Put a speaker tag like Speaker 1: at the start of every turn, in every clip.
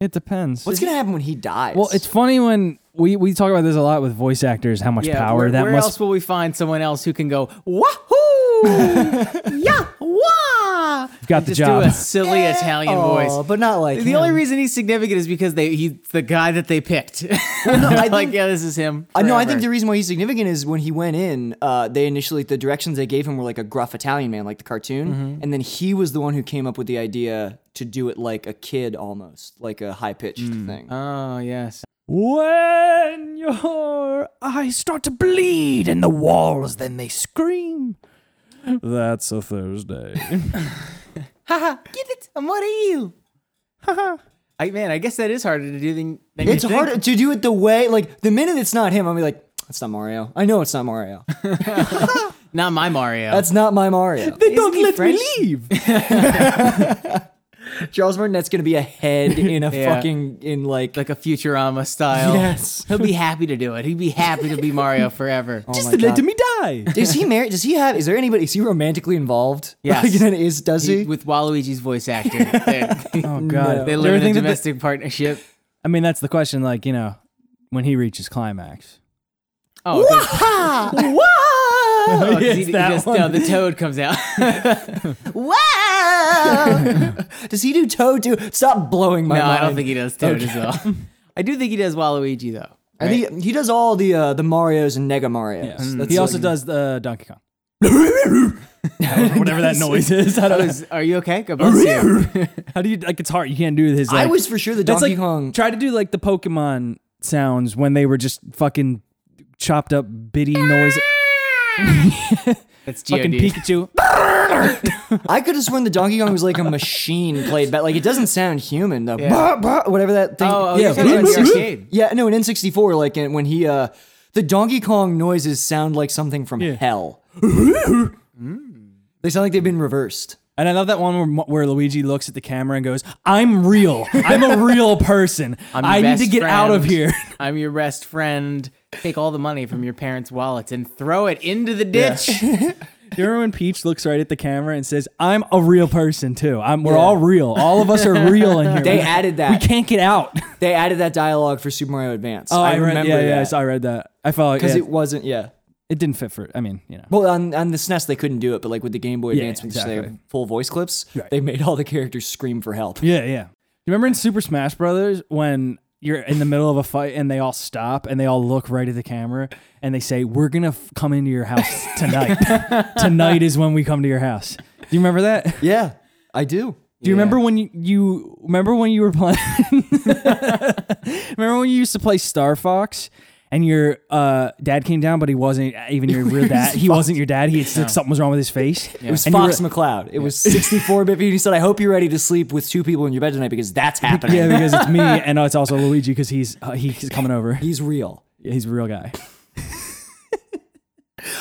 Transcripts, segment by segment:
Speaker 1: It depends.
Speaker 2: What's gonna happen when he dies?
Speaker 1: well, it's funny when we, we talk about this a lot with voice actors, how much
Speaker 3: Yeah,
Speaker 1: power
Speaker 3: where,
Speaker 1: that
Speaker 3: where
Speaker 1: must
Speaker 3: else will we find someone else who can go wahoo, yeah, wah?
Speaker 1: You've got
Speaker 3: and
Speaker 1: the
Speaker 3: just
Speaker 1: job.
Speaker 3: do a silly Italian
Speaker 2: Oh,
Speaker 3: voice.
Speaker 2: but not like
Speaker 3: the only
Speaker 2: him.
Speaker 3: reason he's significant is because they he's the guy that they picked.
Speaker 2: I
Speaker 3: like
Speaker 2: think-
Speaker 3: yeah, this is him.
Speaker 2: I no, I
Speaker 3: forever.
Speaker 2: think the reason why he's significant is when he went in, uh, they initially the directions they gave him were like a gruff Italian man, like the cartoon, and then he was the one who came up with the idea to do it like a kid almost, like a high pitched thing.
Speaker 3: Oh yes.
Speaker 1: When your eyes start to bleed and the walls, then they scream. That's a Thursday.
Speaker 3: Haha, get it, amore you. Haha. I man, I guess that is harder to do than, than you
Speaker 2: it's
Speaker 3: think.
Speaker 2: hard to do it the way like the minute it's not him, I'll be like, that's not Mario. I know it's not Mario.
Speaker 3: Not my Mario.
Speaker 2: That's not my Mario.
Speaker 1: they
Speaker 3: don't let me
Speaker 1: leave.
Speaker 2: Charles Martinet's gonna be a head in a
Speaker 3: Yeah.
Speaker 2: fucking in like,
Speaker 3: like a Futurama style.
Speaker 2: yes.
Speaker 3: He'll be happy to do it. He'd be happy to be Mario forever.
Speaker 2: Oh
Speaker 1: Just
Speaker 2: my
Speaker 1: let
Speaker 2: God.
Speaker 1: me die.
Speaker 2: Is he married? Does he have? Is there anybody? Is he romantically involved?
Speaker 3: Yes.
Speaker 2: Like, then is does he?
Speaker 3: He- with Waluigi's voice actor. They,
Speaker 1: Oh God.
Speaker 3: they
Speaker 1: Do
Speaker 3: live
Speaker 1: you
Speaker 3: in a
Speaker 1: think that the-
Speaker 3: domestic partnership.
Speaker 1: I mean, that's the question. Like you know, when he reaches climax.
Speaker 3: Oh, okay.
Speaker 2: wow!
Speaker 3: Oh, 'cause
Speaker 1: Yes,
Speaker 3: he, he
Speaker 1: that
Speaker 3: just,
Speaker 1: one.
Speaker 3: no, the toad comes out.
Speaker 2: Wow! does he do toe too? Stop blowing my
Speaker 3: no,
Speaker 2: mind.
Speaker 3: I don't think he does toad as well. I do think he does Waluigi though.
Speaker 2: I think he does all the uh, the Marios and Nega Marios. Mm. That's
Speaker 1: he also
Speaker 2: like-
Speaker 1: does uh, Donkey Kong. Whatever that noise is, I don't know.
Speaker 3: Is- are you okay? God bless you.
Speaker 1: How do you like? It's hard. You can't do his.
Speaker 2: I
Speaker 1: like-
Speaker 2: was for sure the
Speaker 1: It's
Speaker 2: Donkey
Speaker 1: like
Speaker 2: Kong.
Speaker 1: try to do like the Pokemon sounds when they were just fucking chopped up bitty noise.
Speaker 3: That's
Speaker 1: Fucking
Speaker 3: Geodude.
Speaker 1: Pikachu.
Speaker 2: I could have sworn the Donkey Kong was like a machine played back. Like it doesn't sound human. The bah, bah, whatever that thing.
Speaker 3: Oh, oh,
Speaker 2: yeah,
Speaker 3: you're talking about the arcade.
Speaker 2: yeah. No, in N64, like in, when he uh, the Donkey Kong noises sound like something from hell.
Speaker 3: Mm.
Speaker 2: They sound like they've been reversed.
Speaker 1: And I love that one where, where Luigi looks at the camera and goes, "I'm real. I'm a real person.
Speaker 3: I'm your
Speaker 1: I need
Speaker 3: best
Speaker 1: to get out of
Speaker 3: friend.
Speaker 1: here."
Speaker 3: I'm your best friend. Take all the money from your parents' wallets and throw it into the ditch.
Speaker 1: Do you remember when Peach looks right at the camera and says, "I'm a real person too. I'm, we're all real. All of us are real in here.
Speaker 2: They
Speaker 1: we,
Speaker 2: added that.
Speaker 1: we can't get out."
Speaker 2: They added that dialogue for Super Mario Advance.
Speaker 1: Oh,
Speaker 2: I,
Speaker 1: read,
Speaker 2: remember
Speaker 1: yeah,
Speaker 2: that.
Speaker 1: yeah, so I read that. I felt
Speaker 2: because
Speaker 1: yeah,
Speaker 2: it wasn't. Yeah.
Speaker 1: it didn't fit for. I mean, you know.
Speaker 2: Well, on, on the SNES they couldn't do it, but like with the Game Boy Advance, which they have
Speaker 1: exactly.
Speaker 2: full voice clips,
Speaker 1: Right.
Speaker 2: they made all the characters scream for help.
Speaker 1: Yeah, yeah. You remember in Super Smash Brothers when you're in the middle of a fight and they all stop and they all look right at the camera and they say, "We're gonna f- come into your house tonight. tonight is when we come to your house." Do you remember that? Do
Speaker 2: Yeah, I do.
Speaker 1: you remember when you, you remember when you were playing? remember when you used to play Star Fox? And your uh, dad came down, but he wasn't even your real dad. He wasn't your dad. He had, something was wrong with his face.
Speaker 2: It was
Speaker 1: And you
Speaker 2: Fox
Speaker 1: were-
Speaker 2: McCloud. It was 64 bit. He said, I hope you're ready to sleep with two people in your bed tonight because that's happening.
Speaker 1: Yeah, because it's me, and it's also Luigi because he's uh, he's coming over.
Speaker 2: He's real.
Speaker 1: Yeah, he's a real guy.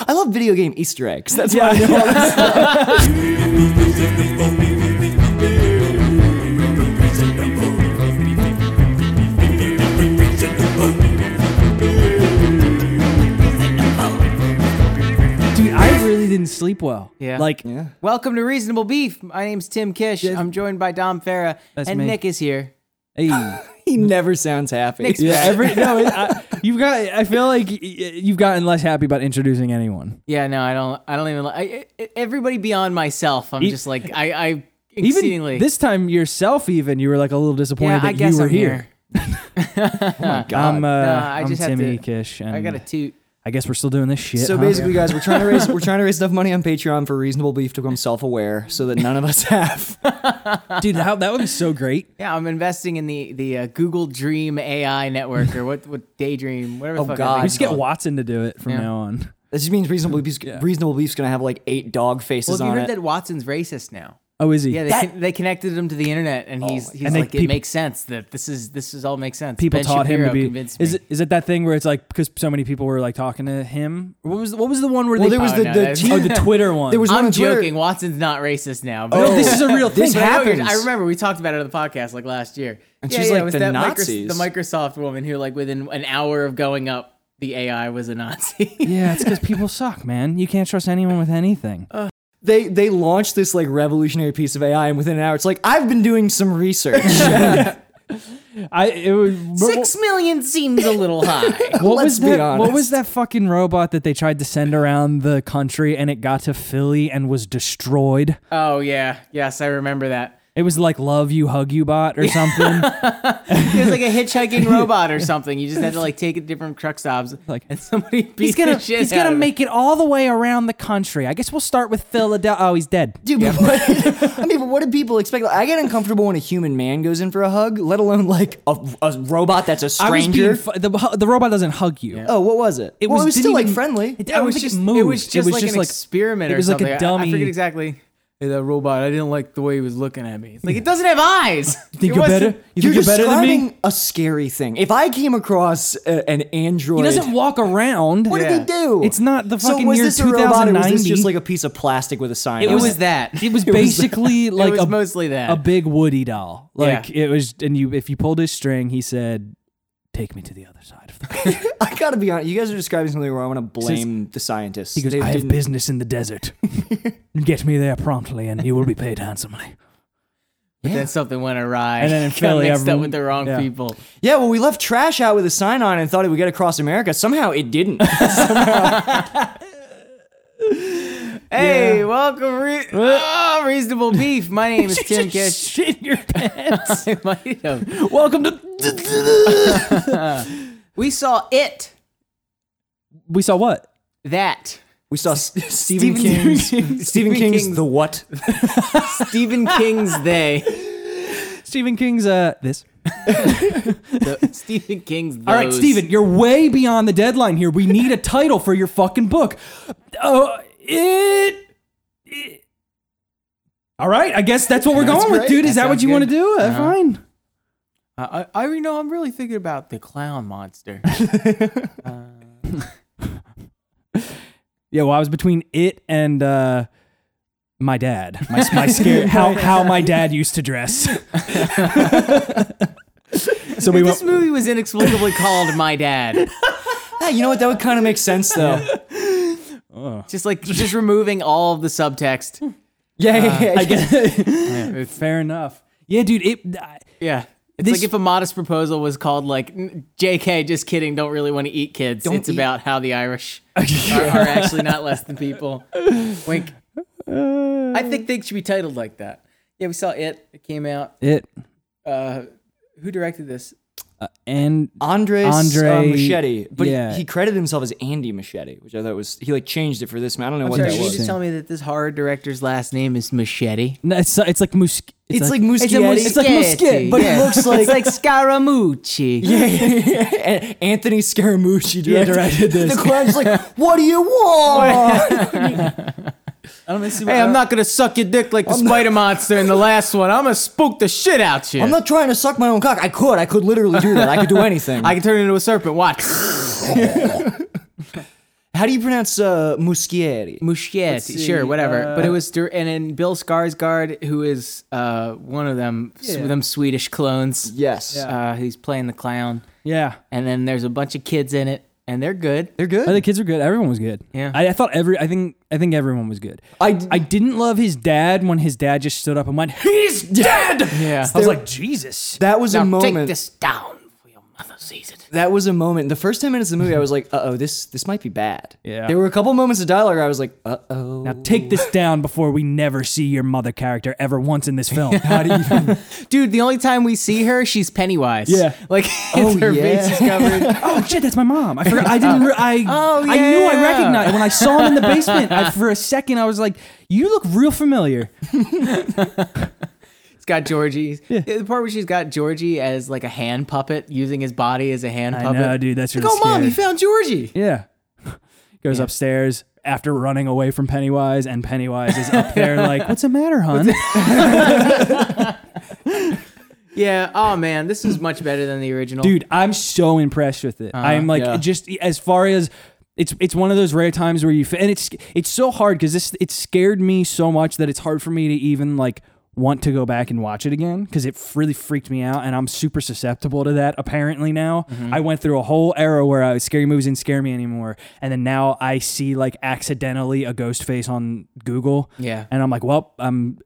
Speaker 2: I love video game Easter eggs. That's why I know all this.
Speaker 1: Dude, I really didn't sleep well.
Speaker 3: Yeah.
Speaker 1: Like,
Speaker 3: Welcome to Reasonable Beef. My name's Tim Kish. I'm joined by Dom Farah,
Speaker 1: That's
Speaker 3: and
Speaker 1: me.
Speaker 3: Nick is here.
Speaker 1: hey.
Speaker 2: He never sounds happy.
Speaker 1: Yeah, every, no, it, I, you've got, I feel like y- y- you've gotten less happy about introducing anyone.
Speaker 3: Yeah, no, I don't. I don't even. li- I, I, everybody beyond myself. I'm just like I. I
Speaker 1: E Even
Speaker 3: exceedingly.
Speaker 1: this time yourself, even, you were like a little disappointed
Speaker 3: yeah,
Speaker 1: that
Speaker 3: I guess
Speaker 1: you were
Speaker 3: I'm
Speaker 1: here. I'm, uh,
Speaker 3: I
Speaker 1: I'm
Speaker 3: just have
Speaker 1: Timmy
Speaker 3: to-
Speaker 1: Kish, and
Speaker 3: I
Speaker 1: I,
Speaker 3: got a toot.
Speaker 1: guess we're still doing this shit.
Speaker 2: So
Speaker 1: huh?
Speaker 2: basically, guys, we're trying to raise we're trying to raise enough money on Patreon for reasonable beef to become self aware, so that none of us have.
Speaker 1: dude, that, that would be so great.
Speaker 3: Yeah, I'm investing in the the uh, Google Dream AI network or what what Daydream whatever.
Speaker 2: Oh,
Speaker 3: the fuck
Speaker 2: God.
Speaker 3: I
Speaker 1: We
Speaker 2: I'm
Speaker 1: just get Watson to do it from
Speaker 3: Yeah.
Speaker 1: now on.
Speaker 2: This just means reasonable beef's, reasonable beef's gonna have like eight dog faces
Speaker 3: Well, have you
Speaker 2: on
Speaker 3: heard
Speaker 2: it.
Speaker 3: that Watson's racist now?
Speaker 1: Oh, is he?
Speaker 3: Yeah, they,
Speaker 2: That-
Speaker 3: con- they connected him to the internet, and he's he's
Speaker 1: Oh And they-
Speaker 3: like, it
Speaker 1: peop-
Speaker 3: makes sense that this is this is all makes sense.
Speaker 1: people
Speaker 3: Ben
Speaker 1: taught him
Speaker 3: Shapiro
Speaker 1: to be.
Speaker 3: convinced
Speaker 1: Is
Speaker 3: me.
Speaker 1: it, is it that thing where it's like because so many people were like talking to him? What was what was the one where
Speaker 2: well,
Speaker 1: they
Speaker 2: there was
Speaker 3: Oh,
Speaker 2: the,
Speaker 3: no,
Speaker 2: the
Speaker 3: that's-
Speaker 2: teen-
Speaker 1: oh the Twitter Oh, one?
Speaker 2: there was one
Speaker 3: I'm
Speaker 2: on Twitter-
Speaker 3: joking. Watson's not racist now. But
Speaker 1: No, this is a real thing.
Speaker 2: This
Speaker 3: But I know what you're-
Speaker 2: happens.
Speaker 3: I remember we talked about it on the podcast like last year.
Speaker 2: And she's like
Speaker 3: it was
Speaker 2: the
Speaker 3: that Micros-
Speaker 2: Nazis.
Speaker 3: the Microsoft woman who, like, within an hour of going up, the AI was a Nazi.
Speaker 1: Yeah, it's because people suck, man. You can't trust anyone with anything.
Speaker 2: Uh, they they launched this like revolutionary piece of AI, and within an hour, it's like I've been doing some research.
Speaker 1: I it was
Speaker 3: Six million seems a little high.
Speaker 1: What
Speaker 2: Let's
Speaker 1: was
Speaker 2: be
Speaker 1: that? What
Speaker 2: honest.
Speaker 1: was that fucking robot that they tried to send around the country and it got to Philly and was destroyed?
Speaker 3: oh yeah, yes, I remember that.
Speaker 1: It was like "Love You, Hug You" bot or something.
Speaker 3: It was like a hitchhiking robot or something. You just had to like take it to different truck stops,
Speaker 1: Like-
Speaker 3: and somebody beat
Speaker 1: he's gonna
Speaker 3: the shit
Speaker 1: he's
Speaker 3: out
Speaker 1: gonna
Speaker 3: of it.
Speaker 1: make it all the way around the country. I guess we'll start with Philadelphia. Oh, he's dead.
Speaker 2: Dude, but what, I mean, but what do people expect? Like, I get uncomfortable when a human man goes in for a hug, let alone like a, a robot that's a
Speaker 1: I was being
Speaker 2: stranger.
Speaker 1: fu- the the robot doesn't hug you.
Speaker 2: oh, what was it? Well, it was
Speaker 1: didn't
Speaker 2: still
Speaker 1: even-
Speaker 2: like friendly.
Speaker 1: It,
Speaker 3: It was
Speaker 1: just
Speaker 3: just
Speaker 1: moved.
Speaker 3: It was just like an experiment
Speaker 1: It
Speaker 3: or
Speaker 1: was like
Speaker 3: something.
Speaker 1: a
Speaker 3: I, I
Speaker 1: dummy.
Speaker 3: forget exactly. Hey, that robot. I didn't like the way he was looking at me. It's like it doesn't have eyes.
Speaker 1: think
Speaker 3: It
Speaker 1: you're
Speaker 3: wasn't-
Speaker 1: better? You think you're better than me?
Speaker 2: describing a scary thing. If I came across a, an android,
Speaker 1: He doesn't walk around.
Speaker 2: what
Speaker 3: Yeah.
Speaker 2: did they do?
Speaker 1: It's not the
Speaker 2: so
Speaker 1: fucking
Speaker 2: was
Speaker 1: year
Speaker 2: this a robot? Or was this
Speaker 1: 2090.
Speaker 2: just like a piece of plastic with a sign?
Speaker 3: It
Speaker 2: on
Speaker 3: was that.
Speaker 1: It was basically like
Speaker 3: was
Speaker 1: a,
Speaker 3: mostly that.
Speaker 1: a big Woody doll.
Speaker 3: Yeah.
Speaker 1: Like it was, and you if you pulled his string, he said, "Take me to the other side of the." world."
Speaker 2: I gotta be honest. You guys are describing something where I want to blame the scientists.
Speaker 1: He goes,
Speaker 2: They
Speaker 1: "I have
Speaker 2: didn't-
Speaker 1: business in the desert. Get me there promptly, and you will be paid handsomely."
Speaker 3: But then something went awry.
Speaker 1: And then in
Speaker 3: Got
Speaker 1: Philly,
Speaker 3: mixed up
Speaker 1: everyone-
Speaker 3: with the wrong
Speaker 1: yeah.
Speaker 3: people.
Speaker 2: yeah, well, we left trash out with a sign on it and thought it would get across America. Somehow it didn't.
Speaker 3: Hey, welcome, re- oh, reasonable beef. My name is Tim Kish.
Speaker 1: shit your pants.
Speaker 3: I might have.
Speaker 1: Welcome to.
Speaker 3: We saw it.
Speaker 1: we saw what?
Speaker 3: That
Speaker 2: we saw S- Stephen,
Speaker 3: Stephen
Speaker 2: King's
Speaker 3: King-
Speaker 2: Stephen
Speaker 3: Stephen
Speaker 2: King's
Speaker 3: King's-
Speaker 2: The What?
Speaker 3: Stephen King's they.
Speaker 1: Stephen King's. Uh, this.
Speaker 3: The- Stephen King's. Those.
Speaker 1: All right, Steven, you're way beyond the deadline here. We need a title for your fucking book. Uh, it, it- All right, I guess that's what we're going with,
Speaker 2: great.
Speaker 1: dude. Is
Speaker 3: That
Speaker 1: that what
Speaker 3: sounds
Speaker 1: you want to
Speaker 3: good.
Speaker 1: do? Uh, Fine.
Speaker 3: I, I, I you know I'm really thinking about the clown monster.
Speaker 1: Yeah, well, I was between it and uh, my dad. My, my scare, how how my dad used to dress. so we
Speaker 3: this
Speaker 1: went.
Speaker 3: movie was inexplicably called My Dad.
Speaker 2: Hey, you know what? That would kind of make sense though.
Speaker 3: Just like just removing all of the subtext.
Speaker 2: Yeah, yeah, yeah.
Speaker 1: Uh, I guess, fair enough. Yeah, dude. It. I-
Speaker 3: Yeah. It's
Speaker 1: This-
Speaker 3: like if a modest proposal was called like "N- JK, just kidding, don't really want to eat kids. it's
Speaker 2: eat-
Speaker 3: about how the Irish are, are actually not less than people. Wink. I think things should be titled like that. Yeah, we saw it. It came out.
Speaker 1: it
Speaker 3: Uh, who directed this?
Speaker 1: and
Speaker 2: Andres
Speaker 1: Andre-
Speaker 2: uh, Machete, but
Speaker 1: yeah.
Speaker 2: he, he credited himself as Andy Machete, which I thought was he like changed it for this man. I don't know what
Speaker 3: Sorry,
Speaker 2: that
Speaker 3: you
Speaker 2: was.
Speaker 3: mean to tell me that this horror director's last name is Machete.
Speaker 1: no, it's it's like moose.
Speaker 2: It's, like,
Speaker 3: It's a
Speaker 2: Muschietti.
Speaker 1: It's like Muschietti,
Speaker 2: but
Speaker 1: yeah.
Speaker 2: it looks like,
Speaker 3: It's like Scaramucci.
Speaker 2: yeah, yeah, yeah. Anthony Scaramucci directed,
Speaker 1: directed this.
Speaker 2: The clown's like, "What do you want?"
Speaker 1: I don't see
Speaker 3: Hey, I'm not gonna suck your dick like the spider monster in the last one. I'm gonna spook the shit out you.
Speaker 2: I'm not trying to suck my own cock. I could, I could literally do that. I could do anything.
Speaker 3: I can turn it into a serpent. Watch.
Speaker 2: How do you pronounce uh, Muschieri?
Speaker 3: Muschietti.
Speaker 1: see,
Speaker 3: Sure, whatever.
Speaker 1: uh,
Speaker 3: but it was dur- and then Bill Skarsgård, who is uh, one of them, s-
Speaker 1: Yeah.
Speaker 3: them Swedish clones.
Speaker 2: Yes,
Speaker 3: Uh, he's playing the clown,
Speaker 1: Yeah.
Speaker 3: and then there's a bunch of kids in it, and they're good.
Speaker 2: they're good.
Speaker 1: Oh, the kids were good. Everyone was good.
Speaker 3: Yeah.
Speaker 1: I, I thought every. I think. I think everyone was good.
Speaker 2: I d-
Speaker 1: I didn't love his dad when his dad just stood up and went, "He's dead."
Speaker 3: Yeah.
Speaker 1: I was like, Jesus.
Speaker 2: that was a
Speaker 3: now
Speaker 2: moment.
Speaker 3: take this down, for your mother sees it.
Speaker 2: that was a moment. The first ten minutes of the movie, I was like, "Uh oh, this this might be bad."
Speaker 1: Yeah.
Speaker 2: There were a couple moments of dialogue. Where I was like, "Uh oh."
Speaker 1: Now take this down before we never see your mother character ever once in this film. How do you?
Speaker 3: Dude, the only time we see her, she's Pennywise.
Speaker 1: Yeah.
Speaker 3: like
Speaker 2: Oh,
Speaker 3: her face
Speaker 2: yeah.
Speaker 3: is covered.
Speaker 1: oh shit, that's my mom. I forgot. I didn't. Re- I.
Speaker 3: Oh,
Speaker 1: I knew I
Speaker 3: yeah.
Speaker 1: recognized when I saw him in the basement. I, for a second, I was like, "You look real familiar."
Speaker 3: It's got Georgie. The part where she's got Georgie as like a hand puppet, using his body as a hand
Speaker 1: I
Speaker 3: puppet.
Speaker 1: know, dude. That's really
Speaker 3: Like, oh, mom,
Speaker 1: scary.
Speaker 3: you found Georgie.
Speaker 1: Yeah. Goes upstairs after running away from Pennywise, and Pennywise is up there like, "What's the matter, hon?"
Speaker 3: Yeah. Oh man, this is much better than the original.
Speaker 1: Dude, I'm so impressed with it.
Speaker 3: Uh-huh.
Speaker 1: I'm like,
Speaker 2: yeah.
Speaker 1: just as far as it's it's one of those rare times where you f- and it's it's so hard because this it scared me so much that it's hard for me to even like want to go back and watch it again because it really freaked me out and I'm super susceptible to that apparently now.
Speaker 3: Mm-hmm.
Speaker 1: I went through a whole era where I, scary movies didn't scare me anymore and then now I see like accidentally a ghost face on Google
Speaker 3: Yeah.
Speaker 1: and I'm like, well, I'm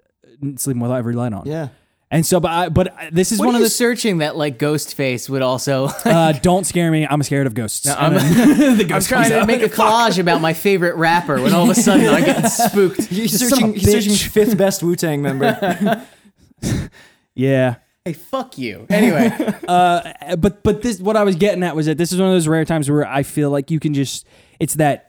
Speaker 1: sleeping with every light on.
Speaker 2: yeah.
Speaker 1: And so, but I, but I- this is
Speaker 3: What
Speaker 1: one
Speaker 3: are
Speaker 1: of
Speaker 3: you
Speaker 1: the
Speaker 3: searching that like ghost face would also.
Speaker 1: uh, don't scare me. I'm scared of ghosts.
Speaker 3: I'm, I'm trying to make a collage about my favorite rapper when all of a sudden I get spooked.
Speaker 2: He's
Speaker 1: Son
Speaker 2: searching,
Speaker 1: of a
Speaker 2: he's searching
Speaker 1: bitch.
Speaker 2: fifth best Wu Tang member.
Speaker 1: yeah.
Speaker 3: Hey, fuck you. Anyway,
Speaker 1: Uh, but but this what I was getting at was that this is one of those rare times where I feel like you can just it's that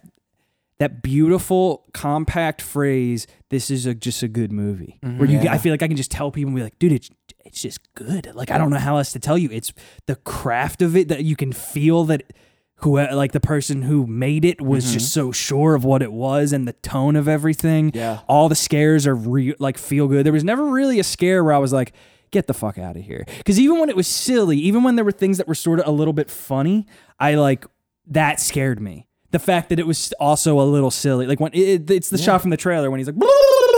Speaker 1: that beautiful compact phrase. This is a, just a good movie where you I feel like I can just tell people and be like, dude, it's it's just good. Like I don't know how else to tell you. It's the craft of it that you can feel that who like the person who made it was just so sure of what it was and the tone of everything.
Speaker 2: Yeah.
Speaker 1: all the scares are real, like feel good. There was never really a scare where I was like, get the fuck out of here. Because even when it was silly, even when there were things that were sort of a little bit funny, I like that scared me. The fact that it was also a little silly, like when it, it's the shot from the trailer when he's like,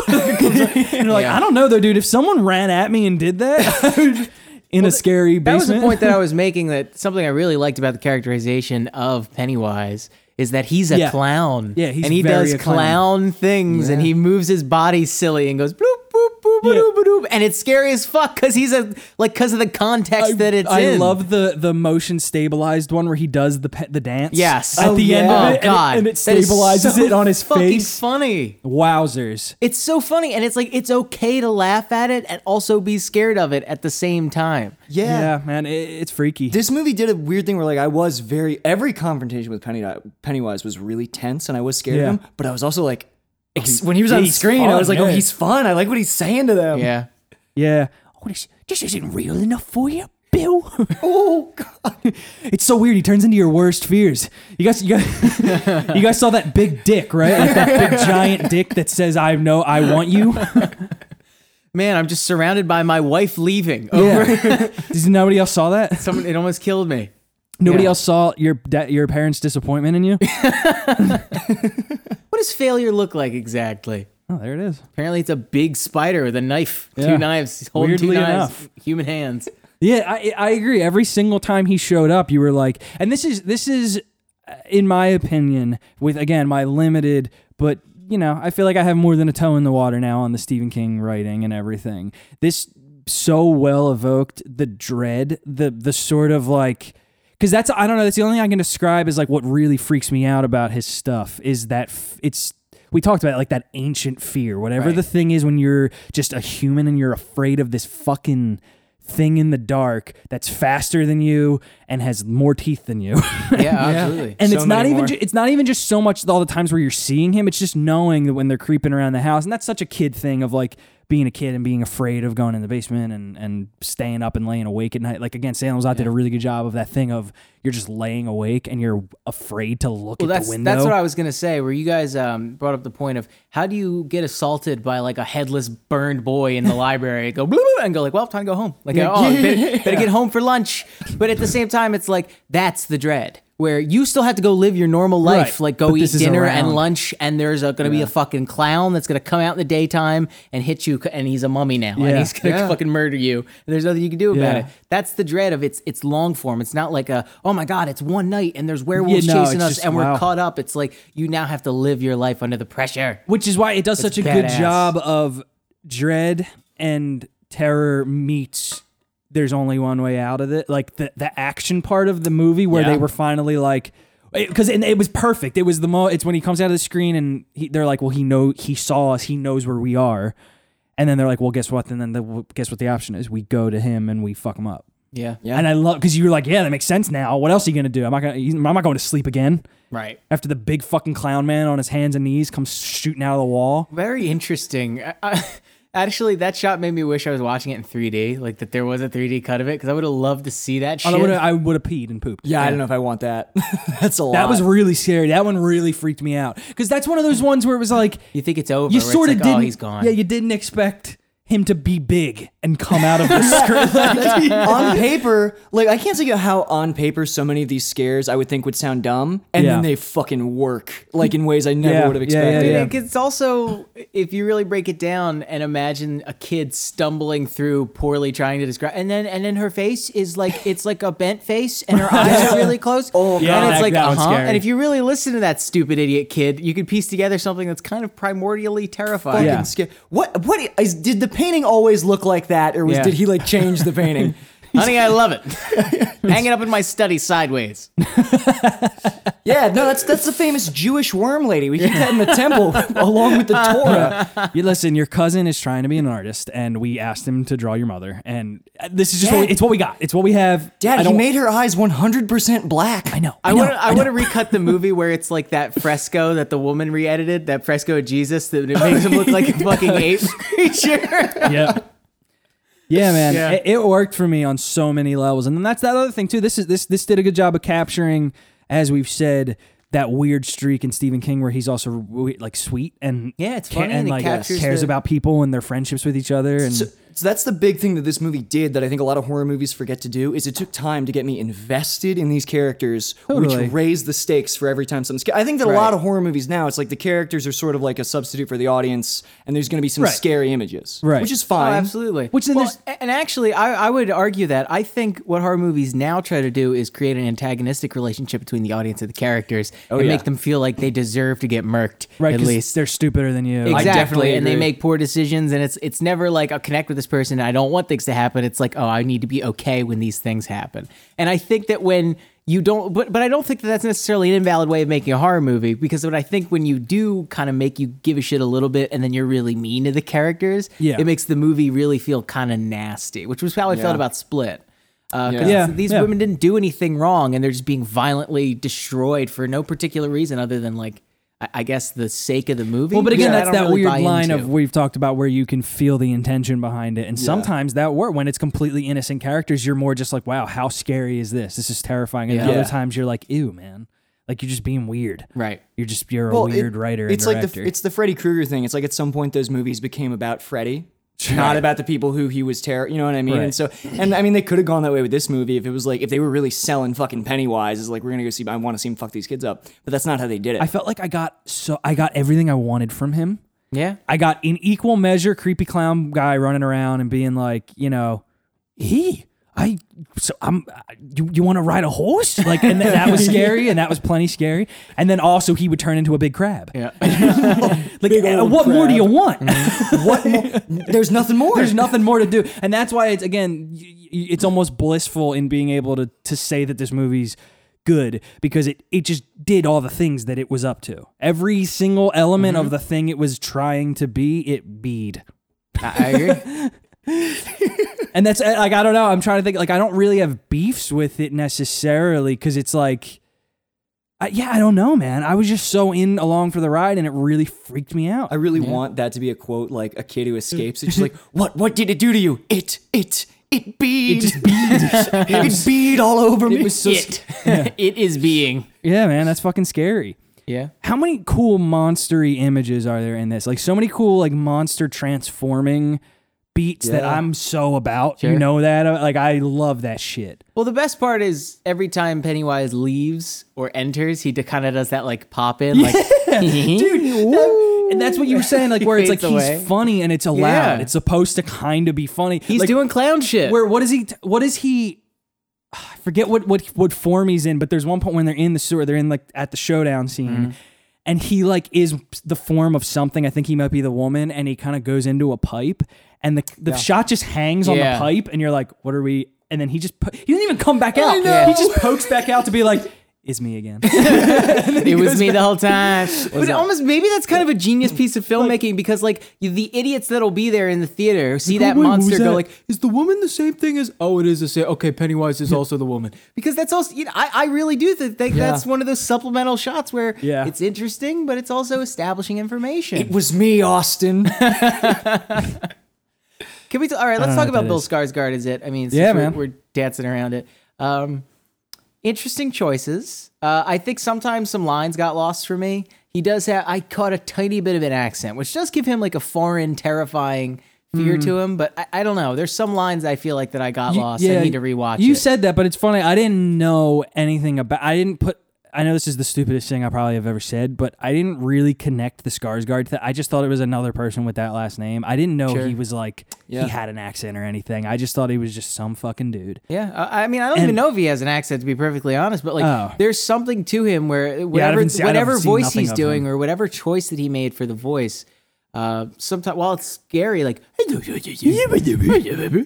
Speaker 1: and you're like,
Speaker 3: Yeah.
Speaker 1: I don't know though, dude. If someone ran at me and did that in a scary
Speaker 3: that
Speaker 1: basement,
Speaker 3: was the point that I was making. That something I really liked about the characterization of Pennywise is that he's a
Speaker 1: Yeah.
Speaker 3: clown.
Speaker 1: Yeah, he's
Speaker 3: and he
Speaker 1: very
Speaker 3: does
Speaker 1: a clown.
Speaker 3: things, and
Speaker 2: Yeah.
Speaker 3: he moves his body silly and goes bloop bloop bloop bloop bloop, and it's scary as fuck because he's a like because of the context that it's
Speaker 1: I
Speaker 3: in.
Speaker 1: love the the motion stabilized one where he does the pe- the dance.
Speaker 3: Yes.
Speaker 1: at
Speaker 3: Oh,
Speaker 1: the end of
Speaker 3: yeah. Oh,
Speaker 1: it, and it-
Speaker 3: God.
Speaker 1: and it,
Speaker 3: That is
Speaker 1: stabilizes
Speaker 3: so
Speaker 1: it on his
Speaker 3: fucking
Speaker 1: face.
Speaker 3: funny.
Speaker 1: Wowzers!
Speaker 3: It's so funny, and it's like it's okay to laugh at it and also be scared of it at the same time.
Speaker 1: Yeah,
Speaker 2: yeah.
Speaker 1: man, it, it's freaky.
Speaker 2: This movie did a weird thing where like I was very every confrontation with Penny, Pennywise was really tense and I was scared
Speaker 1: Yeah. Oh,
Speaker 2: of him, but I was also like ex- when he was on
Speaker 1: he's
Speaker 2: screen, I
Speaker 1: fun,
Speaker 2: was like, oh,
Speaker 1: yeah.
Speaker 2: he's fun. I like what he's saying to them.
Speaker 3: Yeah,
Speaker 1: Yeah. Oh, this, this isn't real enough for you, Bill. oh God, it's so weird. He turns into your worst fears. You guys, you guys, you guys saw that big dick, right? Like that big giant dick that says, "I know, I want you."
Speaker 3: man, I'm just surrounded by my wife leaving. Over.
Speaker 1: Yeah. Did nobody else saw that?
Speaker 3: Someone, it almost killed me.
Speaker 1: Nobody
Speaker 3: Yeah.
Speaker 1: else saw your da- your parents' disappointment in you.
Speaker 3: What does failure look like exactly?
Speaker 1: Oh, there it is.
Speaker 3: Apparently, it's a big spider with a knife,
Speaker 1: Yeah.
Speaker 3: two knives, holding two
Speaker 1: Weirdly
Speaker 3: knives,
Speaker 1: enough.
Speaker 3: human hands.
Speaker 1: Yeah, I, I agree. Every single time he showed up, you were like, and this is this is, uh, in my opinion, with again my limited, but you know, I feel like I have more than a toe in the water now on the Stephen King writing and everything. This so well evoked the dread, the the sort of like. Because that's I don't know. That's the only thing I can describe is like what really freaks me out about his stuff is that f- it's we talked about it, like that ancient fear, whatever
Speaker 3: Right.
Speaker 1: the thing is when you're just a human and you're afraid of this fucking thing in the dark that's faster than you and has more teeth than you.
Speaker 3: Yeah, absolutely.
Speaker 1: and
Speaker 2: So
Speaker 1: it's not
Speaker 2: many
Speaker 1: even
Speaker 2: more.
Speaker 1: ju- it's not even just so much all the times where you're seeing him, it's just knowing that when they're creeping around the house and that's such a kid thing of like being a kid and being afraid of going in the basement and, and staying up and laying awake at night. Like again, Salem's out did a really good job of that thing of you're just laying awake and you're afraid to look
Speaker 3: Well,
Speaker 1: at
Speaker 3: that's
Speaker 1: the window.
Speaker 3: that's what I was gonna say. Where you guys um, brought up the point of how do you get assaulted by like a headless burned boy in the library? Go blue and go like, well, time to go home. Like, oh, better, better get home for lunch. But at the same time, it's like that's the dread where you still have to go live your normal life,
Speaker 1: Right.
Speaker 3: like go
Speaker 1: But
Speaker 3: eat
Speaker 1: this is
Speaker 3: dinner and
Speaker 1: around.
Speaker 3: lunch, and there's a, gonna be a fucking clown that's gonna come out in the daytime and hit you, c- and he's a mummy now, and
Speaker 1: Yeah.
Speaker 3: he's gonna
Speaker 2: Yeah.
Speaker 3: fucking murder you. And there's nothing you can do about
Speaker 1: Yeah.
Speaker 3: it. That's the dread of it's it's long form. It's not like a oh my god, it's one night and there's werewolves
Speaker 1: no,
Speaker 3: chasing
Speaker 1: it's
Speaker 3: us
Speaker 1: just-
Speaker 3: and we're
Speaker 1: wow.
Speaker 3: caught caught up, it's like you now have to live your life under the pressure.
Speaker 1: which is why it does such a good
Speaker 3: badass.
Speaker 1: job of dread and terror meets there's only one way out of it like the, the action part of the movie where
Speaker 3: Yeah.
Speaker 1: they were finally like because it, it was perfect it was the mo it's when he comes out of the screen and he, they're like well he know he saw us he knows where we are and then they're like well guess what and then the, guess what the option is we go to him and we fuck him up
Speaker 3: Yeah.
Speaker 2: Yeah.
Speaker 1: and i love because you were like yeah that makes sense now what else are you gonna do i'm not gonna i'm not going to sleep again
Speaker 3: Right.
Speaker 1: after the big fucking clown man on his hands and knees comes shooting out of the wall
Speaker 3: Very interesting. I, I, actually, that shot made me wish I was watching it in 3D, like that there was a 3D cut of it, because I would have loved to see that shit.
Speaker 1: I would have I would have peed and pooped.
Speaker 2: Yeah, I don't know if I want that. That's a lot.
Speaker 1: That was really scary. That one really freaked me out because that's one of those ones where it was like
Speaker 3: you think it's over.
Speaker 1: you
Speaker 3: where it's
Speaker 1: sort of
Speaker 3: like,
Speaker 1: didn't.
Speaker 3: Oh, he's gone.
Speaker 1: Yeah, you didn't expect him to be big and come out of the skirt. Like,
Speaker 2: on paper, like I can't think of how on paper so many of these scares I would think would sound dumb, and
Speaker 1: Yeah.
Speaker 2: then they fucking work like in ways I never
Speaker 1: Yeah,
Speaker 2: would have
Speaker 1: yeah, yeah,
Speaker 2: expected.
Speaker 1: yeah.
Speaker 3: Like, It's also, if you really break it down and imagine a kid stumbling through, poorly trying to describe, and then and then her face is like it's like a bent face, and her eyes are really close. Oh,
Speaker 1: Yeah,
Speaker 3: and it's
Speaker 1: that-
Speaker 3: like
Speaker 1: that one's
Speaker 3: uh-huh.
Speaker 1: scary.
Speaker 3: And if you really listen to that stupid idiot kid, you could piece together something that's kind of primordially terrifying.
Speaker 2: Fucking
Speaker 1: Yeah.
Speaker 2: sca- What? What is? Did the painting always look like that, or was
Speaker 1: Yeah.
Speaker 2: did he like change the painting?
Speaker 3: Honey, I love it. Hang it up in my study sideways.
Speaker 2: yeah, no, that's that's the famous Jewish worm lady. We keep that in the temple along with the Torah.
Speaker 1: You listen, your cousin is trying to be an artist, and we asked him to draw your mother, and uh, this is just what we,
Speaker 2: Dad.
Speaker 1: it's what we got. It's what we have. I
Speaker 2: Dad, he
Speaker 1: don't-
Speaker 2: made her eyes 100% black.
Speaker 1: I know.
Speaker 3: I
Speaker 1: know,
Speaker 3: want I
Speaker 1: know.
Speaker 3: want to recut the movie where it's like that fresco that the woman re-edited, that fresco of Jesus that it makes him look like a fucking ape creature.
Speaker 1: yeah. Yeah, man,
Speaker 3: Yeah.
Speaker 1: It, it worked for me on so many levels, and then that's that other thing too. This is this this did a good job of capturing, as we've said, that weird streak in Stephen King where he's also we- like sweet and
Speaker 3: Yeah, it's
Speaker 1: ca-
Speaker 3: funny and
Speaker 1: and
Speaker 3: it
Speaker 1: like
Speaker 3: captures
Speaker 1: cares
Speaker 3: the-
Speaker 1: about people and their friendships with each other. And
Speaker 2: So, so that's the big thing that this movie did that I think a lot of horror movies forget to do is it took time to get me invested in these characters,
Speaker 1: Totally.
Speaker 2: which raised the stakes for every time something. sca- I think that a lot of horror movies now it's like the characters are sort of like a substitute for the audience, and there's going to be some
Speaker 1: Right.
Speaker 2: scary images,
Speaker 1: Right.
Speaker 2: Which is
Speaker 3: Oh,
Speaker 2: fine.
Speaker 3: absolutely.
Speaker 1: Which then
Speaker 3: Well,
Speaker 1: there's-
Speaker 3: a- and actually, I, I would argue that I think what horror movies now try to do is create an antagonistic relationship between the audience and the characters, and
Speaker 2: yeah.
Speaker 3: make them feel like they deserve to get murked.
Speaker 1: Oh, right,
Speaker 3: at
Speaker 1: 'cause
Speaker 3: least
Speaker 1: they're stupider than you.
Speaker 2: Exact-
Speaker 3: Exactly,
Speaker 2: definitely
Speaker 3: and they
Speaker 2: agree.
Speaker 3: make poor decisions, and it's it's never like I connect with this person. And I don't want things to happen. It's like oh, I need to be okay when these things happen. And I think that when you don't, but but I don't think that that's necessarily an invalid way of making a horror movie because what I think when you do kind of make you give a shit a little bit, and then you're really mean to the characters,
Speaker 1: Yeah.
Speaker 3: it makes the movie really feel kind of nasty, which was how I felt
Speaker 2: Yeah.
Speaker 3: about Split. Uh, 'cause
Speaker 1: Yeah,
Speaker 2: Yeah.
Speaker 3: these
Speaker 1: yeah.
Speaker 3: women didn't do anything wrong, and they're just being violently destroyed for no particular reason other than like, I, I guess, the sake of the movie.
Speaker 1: Well, but again,
Speaker 3: Yeah, I
Speaker 1: that's
Speaker 3: don't
Speaker 1: that
Speaker 3: really buy
Speaker 1: weird line
Speaker 3: into.
Speaker 1: of we've talked about where you can feel the intention behind it, and sometimes that work when it's completely innocent characters, you're more just like, wow, how scary is this? This is terrifying. And
Speaker 3: Yeah.
Speaker 1: other
Speaker 2: Yeah.
Speaker 1: times you're like, ew, man, like you're just being weird.
Speaker 3: Right.
Speaker 1: You're just you're a
Speaker 2: Well, it-
Speaker 1: weird writer.
Speaker 2: It's
Speaker 1: and
Speaker 2: like
Speaker 1: director.
Speaker 2: the it's the Freddy Krueger thing. It's like at some point those movies became about Freddy, not about the people who he was terror. You know what I mean?
Speaker 1: Right.
Speaker 2: And so, and I mean, they could have gone that way with this movie if it was like if they were really selling fucking Pennywise. It's like we're gonna go see. I want to see him fuck these kids up, but that's not how they did it.
Speaker 1: I felt like I got so I got everything I wanted from him.
Speaker 3: Yeah.
Speaker 1: I got in equal measure creepy clown guy running around and being like, you know, he I so I'm you, you want to ride a horse like and that was scary and that was plenty scary and then also he would turn into a big crab
Speaker 3: Yeah.
Speaker 1: like uh, what more do you want
Speaker 2: what? More? There's nothing more.
Speaker 1: there's nothing more to do and that's why it's again y- y- it's almost blissful in being able to to say that this movie's good because it it just did all the things that it was up to every single element of the thing it was trying to be it bead
Speaker 3: I, I agree.
Speaker 1: and that's uh, like i don't know i'm trying to think like i don't really have beefs with it necessarily because it's like I, yeah i don't know man i was just so in along for the ride and it really freaked me out
Speaker 2: I really want that to be a quote like a kid who escapes. It's just like, what? What did it do to you? It, it, it beat. It beat. it beat all over me.
Speaker 3: It was so
Speaker 2: It.
Speaker 3: it is being.
Speaker 1: yeah man that's fucking scary
Speaker 3: Yeah.
Speaker 1: how many cool monstery images are there in this? Like so many cool like monster transforming beats that
Speaker 2: Yeah.
Speaker 1: I'm so about. You
Speaker 3: Sure.
Speaker 1: know that? Uh, Like I love that shit.
Speaker 3: Well, the best part is every time Pennywise leaves or enters, he kind of does that like pop in, like
Speaker 1: And that's what you were saying, like where it's like
Speaker 3: Fades
Speaker 1: he's
Speaker 3: away.
Speaker 1: funny and it's allowed.
Speaker 3: Yeah.
Speaker 1: It's supposed to kind of be funny.
Speaker 3: he's
Speaker 1: like,
Speaker 3: doing clown shit.
Speaker 1: where what is he? T- what is he? I forget what what what form he's in, but there's one point when they're in the sewer, they're in like at the showdown scene,
Speaker 3: Mm-hmm.
Speaker 1: and he like is the form of something. I think he might be the woman, and he kind of goes into a pipe, and the the shot just hangs on the
Speaker 3: Yeah.
Speaker 1: pipe, and you're like, what are we? And then he just po- he doesn't even come back out.
Speaker 2: know.
Speaker 1: He just pokes back out to be like, is me again.
Speaker 3: it was me the whole time. but almost maybe that's kind of a genius piece of filmmaking because like you, the idiots that'll be there in the theater see that
Speaker 1: "Wait, what was
Speaker 3: monster go
Speaker 1: that?"
Speaker 3: like, is the woman the same thing as? Oh, it is the same. Okay, Pennywise is also the woman because that's also you know, I I really do think that that's one of those supplemental shots where
Speaker 1: Yeah.
Speaker 3: it's interesting, but it's also establishing information.
Speaker 2: It was me, Austin.
Speaker 3: Can we? T- all right, let's
Speaker 1: know
Speaker 3: talk
Speaker 1: what
Speaker 3: about
Speaker 1: that
Speaker 3: Bill
Speaker 1: is.
Speaker 3: Skarsgård. Is it? I mean, since
Speaker 1: Yeah,
Speaker 3: we're,
Speaker 1: man.
Speaker 3: we're dancing around it. Um, interesting choices. Uh, I think sometimes some lines got lost for me. He does have. I caught a tiny bit of an accent, which does give him like a foreign, terrifying fear to him. But I, I don't know. There's some lines I feel like that I got
Speaker 1: You-
Speaker 3: lost. I need to rewatch.
Speaker 1: You
Speaker 3: it.
Speaker 1: said that, but it's funny. I didn't know anything about. I didn't put. I know this is the stupidest thing I probably have ever said, but I didn't really connect the Skarsgård thing. I just thought it was another person with that last name. I didn't know he was like
Speaker 2: Yeah.
Speaker 1: he had an accent or anything. I just thought he was just some fucking dude.
Speaker 3: Yeah, I I mean, I don't even know if he has an accent to be perfectly honest, but like,
Speaker 1: Oh.
Speaker 3: there's something to him where whatever
Speaker 1: haven't seen- I haven't
Speaker 3: whatever
Speaker 1: seen
Speaker 3: voice
Speaker 1: nothing
Speaker 3: he's
Speaker 1: of
Speaker 3: doing
Speaker 1: him.
Speaker 3: or whatever choice that he made for the voice, Uh, sometimes while it's scary, like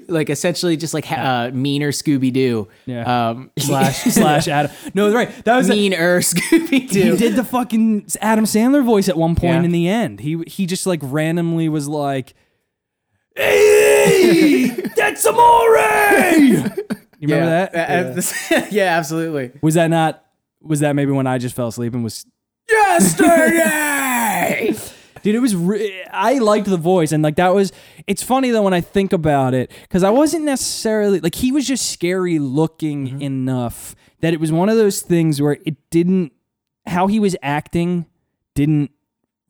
Speaker 3: like essentially just like ha- uh, meaner Scooby Doo,
Speaker 1: Yeah.
Speaker 3: um,
Speaker 1: slash slash Adam. No, right. That was a-
Speaker 3: meaner Scooby
Speaker 1: he
Speaker 3: Doo.
Speaker 1: did the fucking Adam Sandler voice at one point
Speaker 3: Yeah.
Speaker 1: in the end. He he just like randomly was like, "Hey, that's amore." You remember
Speaker 3: yeah.
Speaker 1: that?
Speaker 3: Yeah. yeah, absolutely.
Speaker 1: Was that not? Was that maybe when I just fell asleep and was?
Speaker 3: Yesterday.
Speaker 1: Dude, it was. Re- I liked the voice, and like that was. It's funny though when I think about it, because I wasn't necessarily like he was just scary looking
Speaker 3: Mm-hmm.
Speaker 1: enough that it was one of those things where it didn't. How he was acting didn't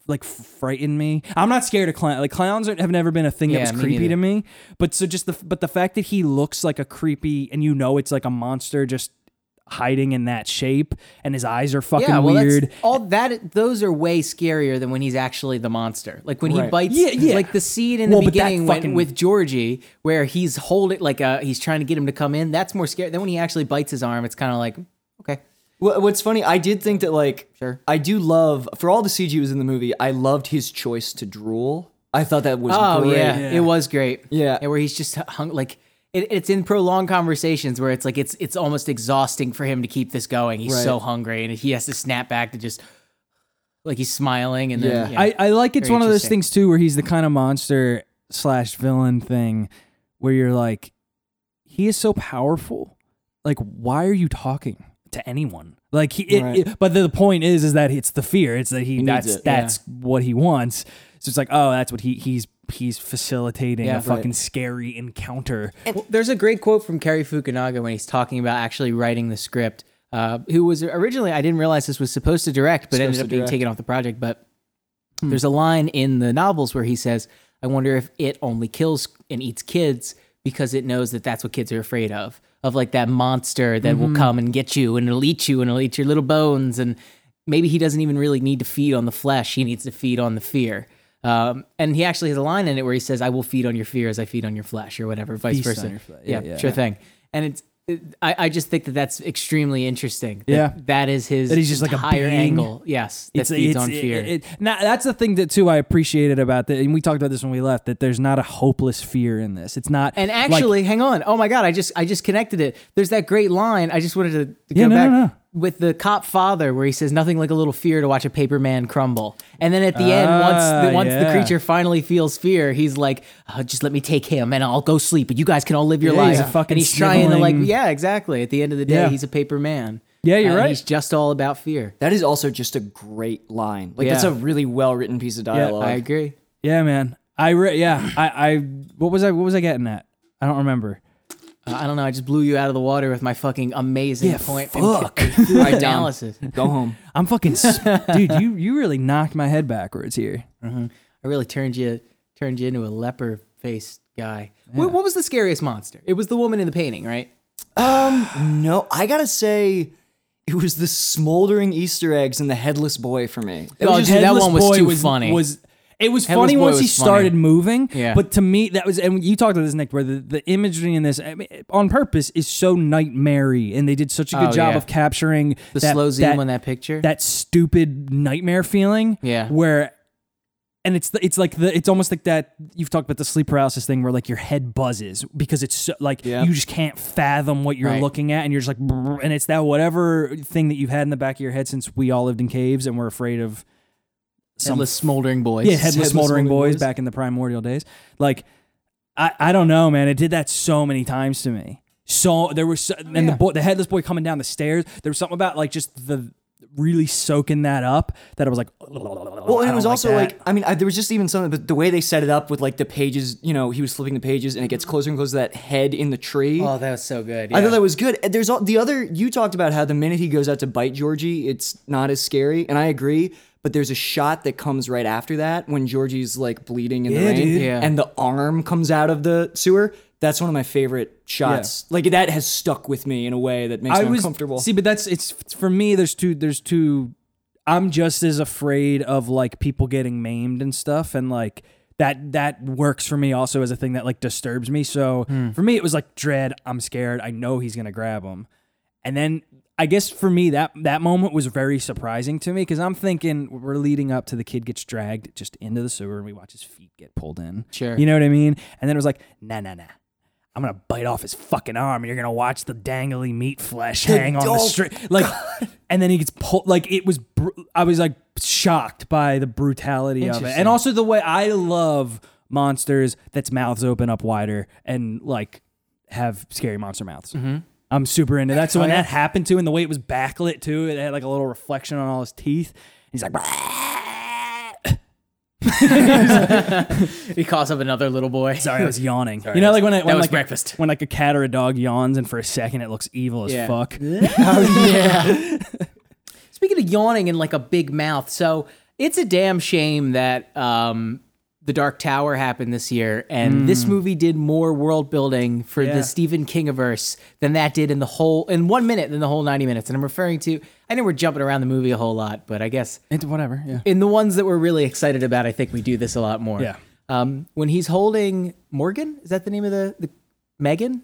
Speaker 1: like frighten me. I'm not scared of clowns. Like clowns are- have never been a thing
Speaker 3: Yeah,
Speaker 1: that was
Speaker 3: me
Speaker 1: creepy
Speaker 3: neither.
Speaker 1: to me. But so just the but the fact that he looks like a creepy and you know it's like a monster just hiding in that shape and his eyes are fucking
Speaker 3: yeah, well,
Speaker 1: weird.
Speaker 3: That's, all that those are way scarier than when he's actually the monster. Like when he
Speaker 2: Right.
Speaker 3: bites,
Speaker 1: Yeah, yeah.
Speaker 3: like the scene in
Speaker 1: Well,
Speaker 3: the
Speaker 1: but that
Speaker 3: beginning when,
Speaker 1: fucking-
Speaker 3: with Georgie, where he's holding, like uh, he's trying to get him to come in. That's more scary. Then when he actually bites his arm, it's kind of like, okay,
Speaker 2: Wha- What's funny, I did think that like
Speaker 3: Sure.
Speaker 2: I do love for all the CG was in the movie. I loved his choice to drool. I thought that was
Speaker 3: oh
Speaker 2: great.
Speaker 3: yeah,
Speaker 1: Yeah.
Speaker 3: it was great.
Speaker 2: Yeah.
Speaker 3: and where he's just hung like. It, it's in prolonged conversations where it's like it's it's almost exhausting for him to keep this going. He's
Speaker 2: Right.
Speaker 3: so hungry and he has to snap back to just like he's smiling and
Speaker 2: Yeah.
Speaker 3: then
Speaker 1: I, I like it's
Speaker 3: Very
Speaker 1: one of those
Speaker 3: interesting.
Speaker 1: things too where he's the kind of monster slash villain thing where you're like, he is so powerful. Like, why are you talking to anyone? Like he, it,
Speaker 2: Right.
Speaker 1: it- but the point is, is that it's the fear. It's that he,
Speaker 2: needs
Speaker 1: that's
Speaker 2: it, yeah.
Speaker 1: that's what he wants. So it's like, oh, that's what he he's he's facilitating
Speaker 3: Yeah,
Speaker 1: a
Speaker 3: right.
Speaker 1: fucking scary encounter.
Speaker 3: Well, there's a great quote from Kerry Fukunaga when he's talking about actually writing the script, uh, who was originally, I didn't realize this was supposed to direct, but ended
Speaker 2: Supposed
Speaker 3: up
Speaker 2: to
Speaker 3: being
Speaker 2: direct.
Speaker 3: taken off the project. But
Speaker 1: Hmm.
Speaker 3: there's a line in the novels where he says, I wonder if it only kills and eats kids because it knows that that's what kids are afraid of, of like that monster that
Speaker 1: Mm-hmm.
Speaker 3: will come and get you and it'll eat you and it'll eat your little bones. And maybe he doesn't even really need to feed on the flesh, he needs to feed on the fear. Um, and he actually has a line in it where he says, "I will feed on your fear as I feed on your flesh," or whatever, vice
Speaker 1: Feast on
Speaker 3: versa.
Speaker 1: your flesh.
Speaker 3: Yeah,
Speaker 1: Yeah, yeah.
Speaker 3: sure thing. And it's, it, I, I just think that that's extremely interesting. that
Speaker 1: Yeah.
Speaker 3: that is his.
Speaker 1: That he's just like a
Speaker 3: higher
Speaker 1: being.
Speaker 3: angle. Yes, that feeds on fear.
Speaker 1: It, it, now, that's the thing that too I appreciated about that, and we talked about this when we left. That there's not a hopeless fear in this. It's not
Speaker 3: and
Speaker 1: like-
Speaker 3: actually, hang on. Oh my god, I just I just connected it. There's that great line. I just wanted to, to
Speaker 1: Yeah, no,
Speaker 3: go
Speaker 1: no,
Speaker 3: back
Speaker 1: no.
Speaker 3: with the cop father where he says nothing like a little fear to watch a paper man crumble. And then at the end, once
Speaker 1: Ah,
Speaker 3: the, once the
Speaker 1: yeah.
Speaker 3: creature finally feels fear, he's like, oh, just let me take him and I'll go sleep. But you guys can all live your
Speaker 1: Yeah,
Speaker 3: life.
Speaker 1: he's a fucking
Speaker 3: and he's trying to like,
Speaker 1: sniveling-
Speaker 3: yeah, exactly. At the end of the day,
Speaker 1: Yeah.
Speaker 3: he's a paper man.
Speaker 1: Yeah, you're
Speaker 3: And
Speaker 1: right.
Speaker 3: He's just all about fear.
Speaker 2: That is also just a great line. Like that's
Speaker 3: Yeah.
Speaker 2: a really well written piece of dialogue.
Speaker 3: I agree.
Speaker 1: Yeah, man. I re- yeah. I, I what was I what was I getting at? I don't remember.
Speaker 3: Uh, I don't know. I just blew you out of the water with my fucking amazing
Speaker 1: Yeah,
Speaker 3: point.
Speaker 1: fuck.
Speaker 2: Right, Dom.
Speaker 3: analysis.
Speaker 2: Go home.
Speaker 1: I'm fucking s- dude. You you really knocked my head backwards here.
Speaker 3: I really turned you turned you into a leper faced guy. Wh- What, was the scariest monster? It was the woman in the painting, right?
Speaker 2: No, I gotta say, it was the smoldering Easter eggs and the headless boy for me. It
Speaker 3: Oh,
Speaker 2: was
Speaker 3: dude,
Speaker 2: just-
Speaker 3: that
Speaker 1: Headless
Speaker 3: one was
Speaker 1: Boy
Speaker 3: too funny.
Speaker 1: Was it was
Speaker 3: Headless
Speaker 1: funny
Speaker 3: Boy
Speaker 1: once he
Speaker 3: was funny.
Speaker 1: started moving.
Speaker 3: Yeah.
Speaker 1: But to me, that was and you talked about this Nick, where the, the imagery in this I mean, on purpose is so nightmare-y, and they did such a good
Speaker 3: Oh,
Speaker 1: job
Speaker 3: yeah.
Speaker 1: of capturing
Speaker 3: The
Speaker 1: that,
Speaker 3: slow zoom
Speaker 1: that,
Speaker 3: on that picture.
Speaker 1: that stupid nightmare feeling.
Speaker 3: Yeah.
Speaker 1: Where and it's the, it's like the it's almost like that you've talked about the sleep paralysis thing where like your head buzzes because it's so, like
Speaker 2: Yeah.
Speaker 1: you just can't fathom what you're
Speaker 3: Right.
Speaker 1: looking at and you're just like "Brr," and it's that whatever thing that you've had in the back of your head since we all lived in caves and were afraid of some
Speaker 3: Headless smoldering boys.
Speaker 1: yeah, headless, smoldering boys,
Speaker 3: back.
Speaker 1: back in the primordial days. Like, I, I don't know, man. It did that so many times to me. So there was, so, and the boy, the headless boy coming down the stairs. There was something about like just the really soaking that up that I was like,
Speaker 2: well,
Speaker 1: well,
Speaker 2: and it was also like, I mean, I, there was just even something, but the way they set it up with like the pages, you know, he was flipping the pages and it gets closer and closer to that head in the tree.
Speaker 3: Mm-hmm. Oh, that was so good.
Speaker 2: I
Speaker 3: yeah.
Speaker 2: thought that was good. And There's all, the other you talked about how the minute he goes out to bite Georgie, it's not as scary, and I agree. But there's a shot that comes right after that when Georgie's like bleeding in
Speaker 1: Yeah,
Speaker 2: the rain,
Speaker 1: dude.
Speaker 3: Yeah.
Speaker 2: and the arm comes out of the sewer. That's one of my favorite shots. Like that has stuck with me in a way that makes
Speaker 1: I
Speaker 2: me
Speaker 1: was
Speaker 2: uncomfortable.
Speaker 1: See, but that's it's for me. There's two. There's two. I'm just as afraid of like people getting maimed and stuff, and like that that works for me also as a
Speaker 2: Hmm.
Speaker 1: thing that like disturbs me. So for me, it was like dread. I'm scared. I know he's gonna grab him, And then I guess for me that that moment was very surprising to me because I'm thinking we're leading up to the kid gets dragged just into the sewer and we watch his feet get pulled in.
Speaker 3: Sure.
Speaker 1: You know what I mean? And then it was like, nah, nah, nah. I'm gonna bite off his fucking arm. And you're gonna watch the dangly meat flesh hang on the
Speaker 2: oh,
Speaker 1: string. Like, and then he gets pulled. Like it was. Br- I was like shocked by the brutality of it,
Speaker 3: Interesting.
Speaker 1: and also the way I love monsters that's mouths open up wider and like have scary monster mouths.
Speaker 3: Mm-hmm.
Speaker 1: I'm super into that. So
Speaker 3: Oh,
Speaker 1: when that happened to him, the way it was backlit too, it had like a little reflection on all his teeth. He's like,
Speaker 3: He calls up another little boy.
Speaker 1: sorry, I was yawning. you know, like when I, when
Speaker 3: was
Speaker 1: like a-
Speaker 3: breakfast.
Speaker 1: when like a cat or a dog yawns, and for a second it looks evil as
Speaker 3: Yeah.
Speaker 1: fuck.
Speaker 3: Speaking of yawning and like a big mouth, so it's a damn shame that um, the Dark Tower happened this year, and this movie did more world building for
Speaker 1: Hmm. Yeah.
Speaker 3: the Stephen Kingiverse than that did in the whole in one minute than the whole ninety minutes. And I'm referring to I know we're jumping around the movie a whole lot, but I guess
Speaker 1: It, whatever. Yeah.
Speaker 3: in the ones that we're really excited about, I think we do this a lot more.
Speaker 1: Yeah.
Speaker 3: Um, when he's holding Morgan, is that the name of the, the Megan?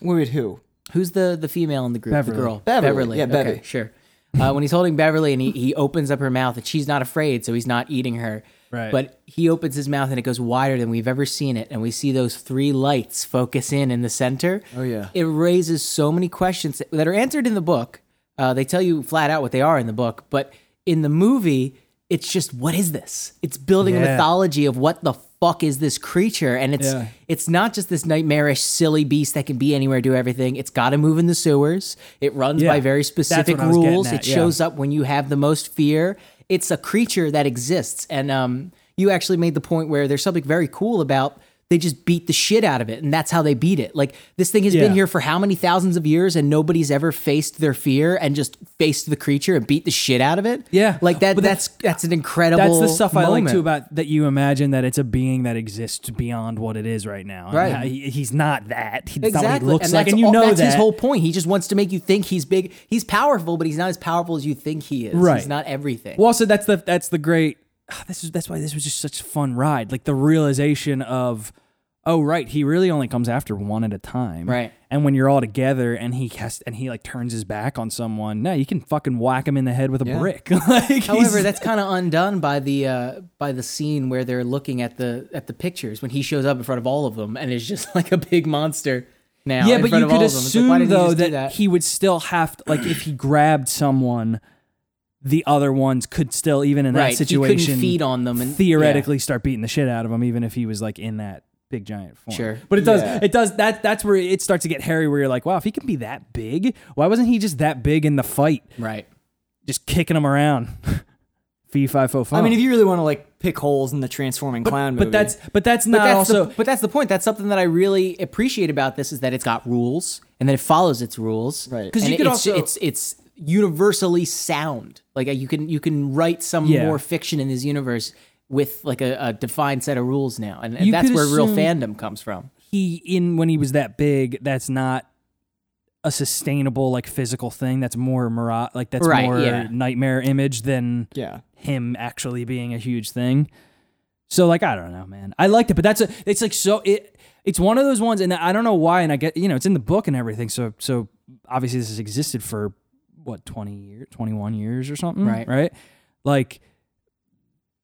Speaker 2: Wait, who?
Speaker 3: Who's the the female in the group?
Speaker 1: Beverly.
Speaker 3: The girl.
Speaker 2: Beverly. Yeah, Bevy.
Speaker 3: Okay, sure. Uh, when he's holding Beverly and he, he opens up her mouth and she's not afraid, so he's not eating her.
Speaker 1: Right.
Speaker 3: But he opens his mouth and it goes wider than we've ever seen it, and we see those three lights focus in in the center. Oh
Speaker 2: yeah.
Speaker 3: It raises so many questions that are answered in the book. Uh, they tell you flat out what they are in the book, but in the movie, it's just what is this? It's building a
Speaker 1: Yeah.
Speaker 3: mythology of what the fuck is this creature, and it's
Speaker 1: Yeah.
Speaker 3: it's not just this nightmarish, silly beast that can be anywhere, do everything. It's got to move in the sewers. It runs
Speaker 1: Yeah.
Speaker 3: by very
Speaker 1: That's what
Speaker 3: specific
Speaker 1: I was getting
Speaker 3: rules.
Speaker 1: at,
Speaker 3: it
Speaker 1: yeah.
Speaker 3: shows up when you have the most fear. It's a creature that exists. And um, you actually made the point where there's something very cool about they just beat the shit out of it. And that's how they beat it. Like this thing has
Speaker 1: Yeah.
Speaker 3: been here for how many thousands of years and nobody's ever faced their fear and just faced the creature and beat the shit out of it.
Speaker 1: Yeah.
Speaker 3: Like that,
Speaker 1: But
Speaker 3: that's,
Speaker 1: that's-
Speaker 3: that's an incredible
Speaker 1: That's the stuff I like
Speaker 3: moment.
Speaker 1: too about that you imagine that it's a being that exists beyond what it is right now. And
Speaker 3: Right.
Speaker 1: how he- he's not that. He's not what he
Speaker 3: Exactly,
Speaker 1: looks
Speaker 3: and
Speaker 1: like,
Speaker 3: that's
Speaker 1: and you
Speaker 3: all-
Speaker 1: know
Speaker 3: that's
Speaker 1: that.
Speaker 3: his whole point. He just wants to make you think he's big. He's powerful, but he's not as powerful as you think he is.
Speaker 1: Right.
Speaker 3: he's not everything.
Speaker 1: Well, also that's the that's the great. ah, This is that's why this was just such a fun ride. Like the realization of, oh right, he really only comes after one at a time.
Speaker 3: Right.
Speaker 1: And when you're all together, and he has, and he like turns his back on someone. No, you can fucking whack him in the head with a brick. like,
Speaker 3: However,
Speaker 1: he's-
Speaker 3: that's kind of undone by the uh, by the scene where they're looking at the at the pictures when he shows up in front of all of them and is just like a big monster. Now,
Speaker 1: yeah,
Speaker 3: in
Speaker 1: but
Speaker 3: front
Speaker 1: you
Speaker 3: of all
Speaker 1: could
Speaker 3: of them. It's like,
Speaker 1: assume
Speaker 3: why didn't
Speaker 1: though
Speaker 3: just do
Speaker 1: that, he would still have to, like if he grabbed someone, the other ones could still even in
Speaker 3: Right,
Speaker 1: that
Speaker 3: you couldn't
Speaker 1: situation
Speaker 3: feed on them and-
Speaker 1: theoretically start beating the shit out of him, even if he was like in that big giant form.
Speaker 3: Sure.
Speaker 1: but it does
Speaker 2: Yeah.
Speaker 1: it does that that's where it starts to get hairy. Where you're like, wow, if he can be that big, why wasn't he just that big in the fight,
Speaker 3: right.
Speaker 1: just kicking him around? Fee fi fo fum.
Speaker 2: I mean,
Speaker 3: Oh.
Speaker 2: if you really want to like pick holes in the transforming clown movie,
Speaker 1: but that's but that's not
Speaker 3: But that's,
Speaker 1: also
Speaker 3: the, but that's the point. That's something that I really appreciate about this is that it's got rules and that it follows its rules.
Speaker 2: Right.
Speaker 1: 'Cause you
Speaker 3: And
Speaker 1: could
Speaker 3: it's,
Speaker 1: also-
Speaker 3: it's it's universally sound. Like uh, you can you can write some
Speaker 1: Yeah.
Speaker 3: more fiction in this universe with like a, a defined set of rules now, and, and
Speaker 1: You
Speaker 3: that's
Speaker 1: could
Speaker 3: where real
Speaker 1: assume-
Speaker 3: fandom comes from.
Speaker 1: he in when he was that big that's not a sustainable like physical thing that's more mara- like that's
Speaker 3: Right,
Speaker 1: more
Speaker 3: yeah.
Speaker 1: nightmare image than
Speaker 2: yeah.
Speaker 1: him actually being a huge thing so like i don't know man i liked it but that's a it's like so it it's one of those ones and i don't know why and i get you know it's in the book and everything so so obviously this has existed for what 20 years 21 years or something
Speaker 3: Right.
Speaker 1: right like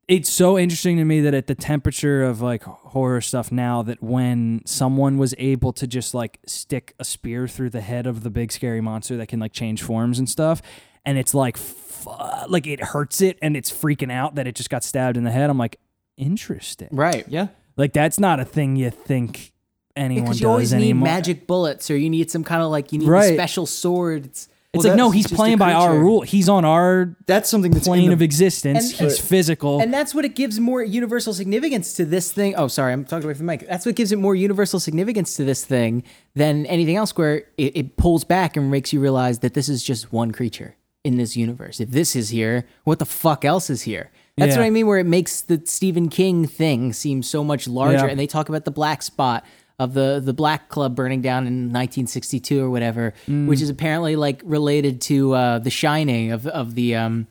Speaker 1: it's so interesting to me that at the temperature of like horror stuff now that when someone was able to just like stick a spear through the head of the big scary monster that can like change forms and stuff and it's like fu- like it hurts it and it's freaking out that it just got stabbed in the head i'm like interesting
Speaker 3: Right.
Speaker 2: Yeah.
Speaker 1: like that's not a thing you think anyone
Speaker 3: Because
Speaker 1: does
Speaker 3: you always need
Speaker 1: anymore
Speaker 3: magic bullets, or you need some kind of like you need
Speaker 1: Right.
Speaker 3: the special sword. It's,
Speaker 1: it's
Speaker 2: Well,
Speaker 1: like no
Speaker 2: that's
Speaker 1: he's
Speaker 2: just a
Speaker 1: playing by our
Speaker 2: creature.
Speaker 1: rule he's on our
Speaker 2: That's something that's in
Speaker 1: plane
Speaker 2: the,
Speaker 1: of existence
Speaker 3: And-
Speaker 1: he's physical
Speaker 3: And that's what it gives more universal significance to this thing. Oh, sorry, I'm talking away from the mic. That's what gives it more universal significance to this thing than anything else, where it, it pulls back and makes you realize that this is just one creature in this universe. If this is here, what the fuck else is here? That's
Speaker 1: Yeah.
Speaker 3: what I mean, where it makes the Stephen King thing seem so much
Speaker 1: Yeah.
Speaker 3: larger. And they talk about the black spot of the, the black club burning down in 1962 or whatever,
Speaker 1: Mm.
Speaker 3: which is apparently like related to uh, the shining of, of the, um,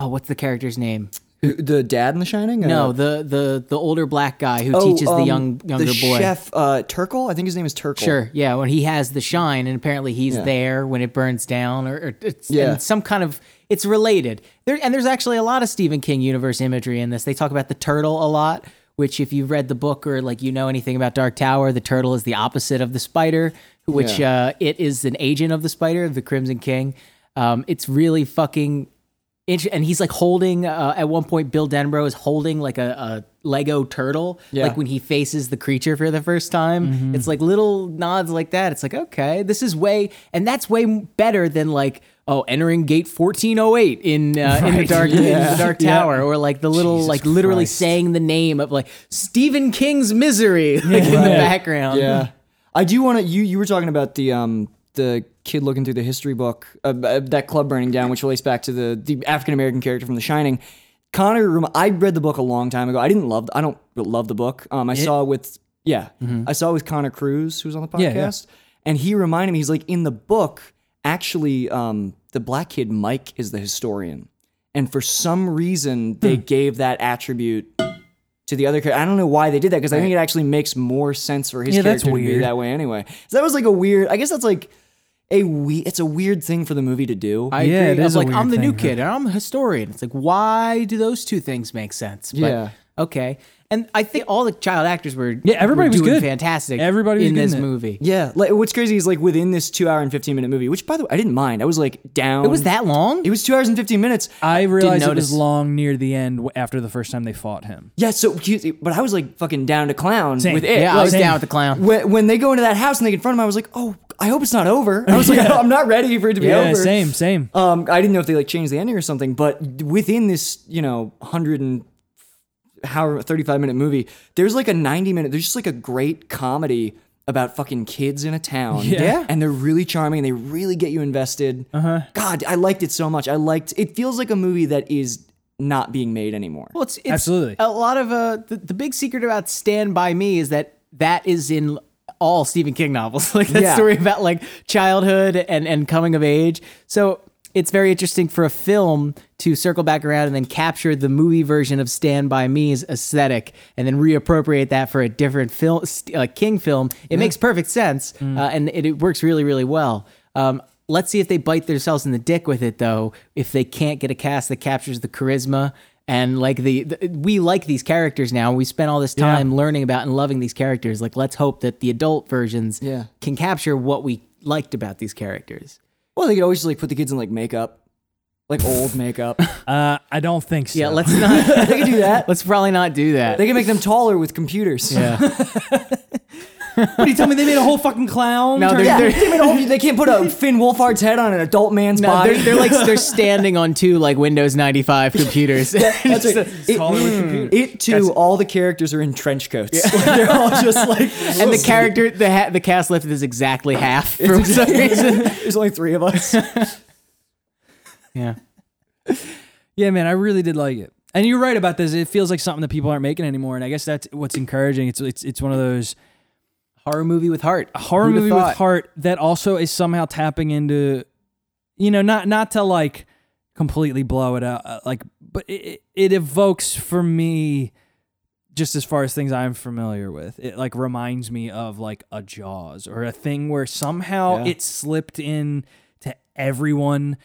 Speaker 3: oh, what's the character's name?
Speaker 2: Who- The dad in The Shining? Uh,
Speaker 3: No, the the the older black guy who
Speaker 2: oh,
Speaker 3: teaches the
Speaker 2: um,
Speaker 3: young younger
Speaker 2: the
Speaker 3: boy.
Speaker 2: Chef uh, Turkle, I think his name is Turkle.
Speaker 3: Sure, yeah. When he has the shine, and apparently he's
Speaker 2: Yeah.
Speaker 3: there when it burns down, or, or it's
Speaker 2: Yeah.
Speaker 3: and some kind of it's related. There and there's actually a lot of Stephen King universe imagery in this. They talk about the turtle a lot, which if you've read the book or like you know anything about Dark Tower, the turtle is the opposite of the spider, which uh, it is an agent of the spider, the Crimson King. Um, it's really fucking inter- and he's like holding uh, at one point bill denbro is holding like a, a lego turtle
Speaker 2: Yeah. Mm-hmm.
Speaker 3: like when he faces the creature for the first time it's like little nods like that it's like okay this is way and that's way better than like oh entering gate 1408 in uh, in the
Speaker 1: Right.
Speaker 3: dark in the dark
Speaker 1: Yeah.
Speaker 3: tower or like the little
Speaker 2: Jesus
Speaker 3: like literally
Speaker 2: Christ.
Speaker 3: saying the name of like stephen king's misery like in the background
Speaker 2: Yeah. I do want to. You you were talking about the um the kid looking through the history book uh, uh, that club burning down, which relates back to the the African American character from The Shining. Connor, rem- I read the book a long time ago. I didn't love. I don't love the book. Um, I saw it with yeah, I saw it with Connor Cruz, who was on the podcast,
Speaker 1: Mm-hmm. Yeah, yeah.
Speaker 2: and he reminded me. He's like in the book. Actually, um, the black kid Mike is the historian, and for some reason
Speaker 1: Hmm.
Speaker 2: they gave that attribute to the other character. I don't know why they did that because I think it actually makes more sense for his
Speaker 1: Yeah, that's
Speaker 2: character to be
Speaker 1: weird.
Speaker 2: that way anyway. So that was like a weird. I guess that's like a we. It's a weird thing for the movie to do.
Speaker 3: I
Speaker 1: Yeah,
Speaker 3: agree.
Speaker 1: it
Speaker 3: I
Speaker 1: is
Speaker 3: was
Speaker 1: a
Speaker 3: like,
Speaker 1: weird
Speaker 3: I'm the new
Speaker 1: thing,
Speaker 3: kid and I'm a historian. It's like, why do those two things make sense? But,
Speaker 2: Yeah.
Speaker 3: Okay. And I think all the child actors were
Speaker 1: Yeah, everybody
Speaker 3: were
Speaker 1: was
Speaker 3: doing
Speaker 1: good.
Speaker 3: fantastic.
Speaker 1: Everybody was
Speaker 3: in
Speaker 1: good in
Speaker 3: this
Speaker 1: it.
Speaker 3: movie.
Speaker 2: yeah, like what's crazy is like within this two hour and fifteen minute movie, which by the way I didn't mind. I was like down.
Speaker 3: It was that long.
Speaker 2: It was two hours and fifteen minutes.
Speaker 1: I realized it
Speaker 3: notice.
Speaker 1: was long near the end w- after the first time they fought him.
Speaker 2: yeah, so cute, but I was like fucking down to clown
Speaker 1: Same.
Speaker 2: with it.
Speaker 3: yeah, I
Speaker 2: Like,
Speaker 3: was
Speaker 1: Same.
Speaker 3: down with the clown.
Speaker 2: when, when they go into that house and they confront him, I was like, oh, I hope it's not over. I was like, I'm not ready for it to be
Speaker 1: Yeah,
Speaker 2: over.
Speaker 1: same, same.
Speaker 2: Um, I didn't know if they like changed the ending or something, but within this, you know, hundred and however thirty-five minute movie, there's like a ninety-minute. There's just like a great comedy about fucking kids in a town.
Speaker 1: Yeah. Yeah.
Speaker 2: and they're really charming. and They really get you invested. Uh-huh. God, I liked it so much. I liked. It feels like a movie that is not being made anymore.
Speaker 3: Well, it's, it's
Speaker 1: Absolutely.
Speaker 3: a lot of uh, the, the big secret about Stand by Me is that that is in all Stephen King novels, like that
Speaker 2: Yeah.
Speaker 3: story about like childhood and and coming of age. So it's very interesting for a film to circle back around and then capture the movie version of Stand by Me's aesthetic and then reappropriate that for a different film, st- uh, King film. It makes perfect sense uh, and it, it works really really well. Um, let's see if they bite themselves in the dick with it though. If they can't get a cast that captures the charisma and like the, the we like these characters now. We spent all this time learning about and loving these characters. Like let's hope that the adult versions
Speaker 2: Yeah.
Speaker 3: can capture what we liked about these characters.
Speaker 2: Well, they could always just like put the kids in like makeup, like old makeup.
Speaker 1: Uh, I don't think so.
Speaker 3: Yeah, let's not.
Speaker 2: they could do that.
Speaker 3: let's probably not do that.
Speaker 2: They can make them taller with computers.
Speaker 3: yeah.
Speaker 1: what do you tell me? They made a whole fucking clown.
Speaker 3: No,
Speaker 1: Turn-
Speaker 3: they're-
Speaker 2: Yeah, they, made a whole- they can't put a Finn Wolfhard's head on an adult man's
Speaker 3: No,
Speaker 2: body.
Speaker 3: they're, they're like they're standing on two like Windows ninety five computers.
Speaker 2: That's right. It,
Speaker 1: taller with
Speaker 2: mm,
Speaker 1: computers.
Speaker 2: it too. all the characters are in trench coats. they're all just like,
Speaker 3: and the character the ha- the cast left is exactly half for some reason.
Speaker 2: There's only three of us.
Speaker 3: Yeah.
Speaker 1: Yeah, man, I really did like it. And you're right about this. It feels like something that people aren't making anymore. And I guess that's what's encouraging. It's it's it's one of those
Speaker 3: Horror movie with heart.
Speaker 1: horror
Speaker 3: Who'da
Speaker 1: movie
Speaker 3: thought?
Speaker 1: with heart that also is somehow tapping into, you know, not not to like completely blow it out, uh, like, but it, it evokes for me, just as far as things I'm familiar with, it like reminds me of like a Jaws or a thing where somehow
Speaker 2: Yeah.
Speaker 1: it slipped in to everyone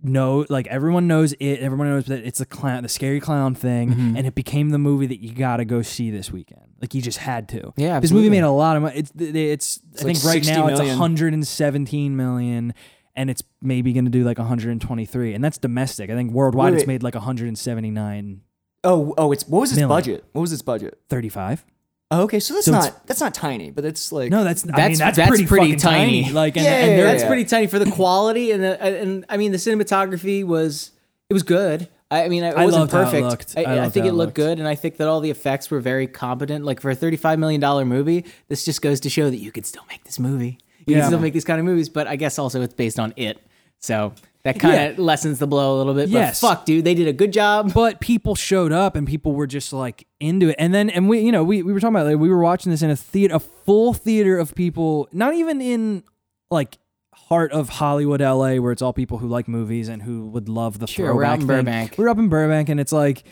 Speaker 1: know like everyone knows it everyone knows that it's a clown the scary clown thing
Speaker 2: Mm-hmm.
Speaker 1: and it became the movie that you gotta go see this weekend like you just had to
Speaker 3: Yeah,
Speaker 1: this movie
Speaker 3: absolutely.
Speaker 1: made a lot of money it's th- th- it's, i
Speaker 2: like
Speaker 1: think right
Speaker 2: 60
Speaker 1: now it's
Speaker 2: million.
Speaker 1: 117 million and it's maybe gonna do like 123 and that's domestic i think worldwide
Speaker 2: Wait,
Speaker 1: it's
Speaker 2: wait.
Speaker 1: made like 179
Speaker 2: Oh, oh, it's what was its
Speaker 1: Million.
Speaker 2: budget? What was its budget?
Speaker 1: 35
Speaker 2: Oh, okay, so that's
Speaker 1: So it's-
Speaker 2: not that's not tiny, but it's like
Speaker 1: no that's I mean,
Speaker 3: That's-
Speaker 1: that's,
Speaker 3: that's
Speaker 1: pretty,
Speaker 3: pretty
Speaker 1: fucking tiny.
Speaker 3: tiny.
Speaker 1: like and,
Speaker 2: Yeah,
Speaker 1: and
Speaker 2: yeah,
Speaker 1: they're-
Speaker 2: yeah,
Speaker 3: that's pretty tiny for the quality and the, and I mean the cinematography was it was good. I I mean, it
Speaker 1: I
Speaker 3: wasn't
Speaker 1: loved how it
Speaker 3: perfect.
Speaker 1: looked.
Speaker 3: I,
Speaker 1: I
Speaker 3: I
Speaker 1: loved
Speaker 3: think
Speaker 1: how it
Speaker 3: it looked
Speaker 1: looked.
Speaker 3: good, and I think that all the effects were very competent. Like for a thirty-five million dollar movie, this just goes to show that you could still make this movie. You
Speaker 1: Yeah.
Speaker 3: can still make these kind of movies, but I guess also it's based on it, so that kind of lessens the blow a little bit.
Speaker 1: Yes.
Speaker 3: But fuck, dude, they did a good job.
Speaker 1: but people showed up and people were just like into it and then and we you know we, we were talking about like, we were watching this in a theater a full theater of people not even in like heart of Hollywood, LA, where it's all people who like movies and who would love the
Speaker 3: Sure, we're
Speaker 1: throwback
Speaker 3: out in
Speaker 1: thing.
Speaker 3: Burbank.
Speaker 1: We're up in Burbank, and it's like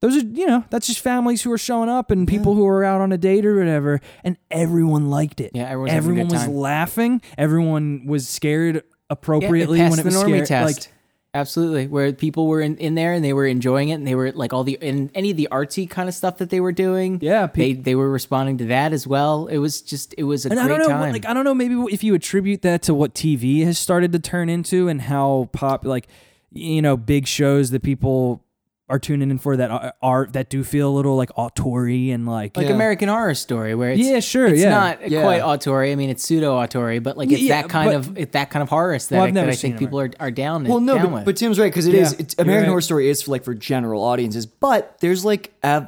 Speaker 1: those are you know that's just families who are showing up and people who are out on a date or whatever, and everyone liked it.
Speaker 3: Yeah, everyone's having a
Speaker 1: everyone
Speaker 3: good
Speaker 1: was
Speaker 3: time.
Speaker 1: laughing. Everyone was scared appropriately
Speaker 3: yeah, it
Speaker 1: when it
Speaker 3: passed
Speaker 1: was
Speaker 3: the normie
Speaker 1: scared.
Speaker 3: test.
Speaker 1: Like
Speaker 3: Absolutely, where people were in, in there and they were enjoying it, and they were like all the and any of the artsy kind of stuff that they were doing.
Speaker 1: Yeah, pe-
Speaker 3: they they were responding to that as well. It was just it was a
Speaker 1: And
Speaker 3: great
Speaker 1: I don't know,
Speaker 3: time.
Speaker 1: like I don't know, maybe if you attribute that to what TV has started to turn into and how pop, like you know, big shows that people are tuning in for that are, are that do feel a little like autory and like,
Speaker 3: like
Speaker 2: Yeah.
Speaker 3: American Horror Story, where it's,
Speaker 1: Yeah, sure,
Speaker 3: it's
Speaker 1: yeah.
Speaker 3: not
Speaker 2: Yeah.
Speaker 3: quite autory. I mean, it's pseudo autory, but like it's
Speaker 1: Yeah,
Speaker 3: that kind
Speaker 1: but-
Speaker 3: of it's that kind of horror aesthetic
Speaker 1: never
Speaker 3: that I
Speaker 1: seen
Speaker 3: think people are, are down.
Speaker 2: Well, no,
Speaker 3: down
Speaker 2: but,
Speaker 3: with.
Speaker 2: but Tim's right because it
Speaker 1: Yeah,
Speaker 2: is it's,
Speaker 1: you're
Speaker 2: American
Speaker 1: right.
Speaker 2: Horror Story is for, like for general audiences, but there's like av-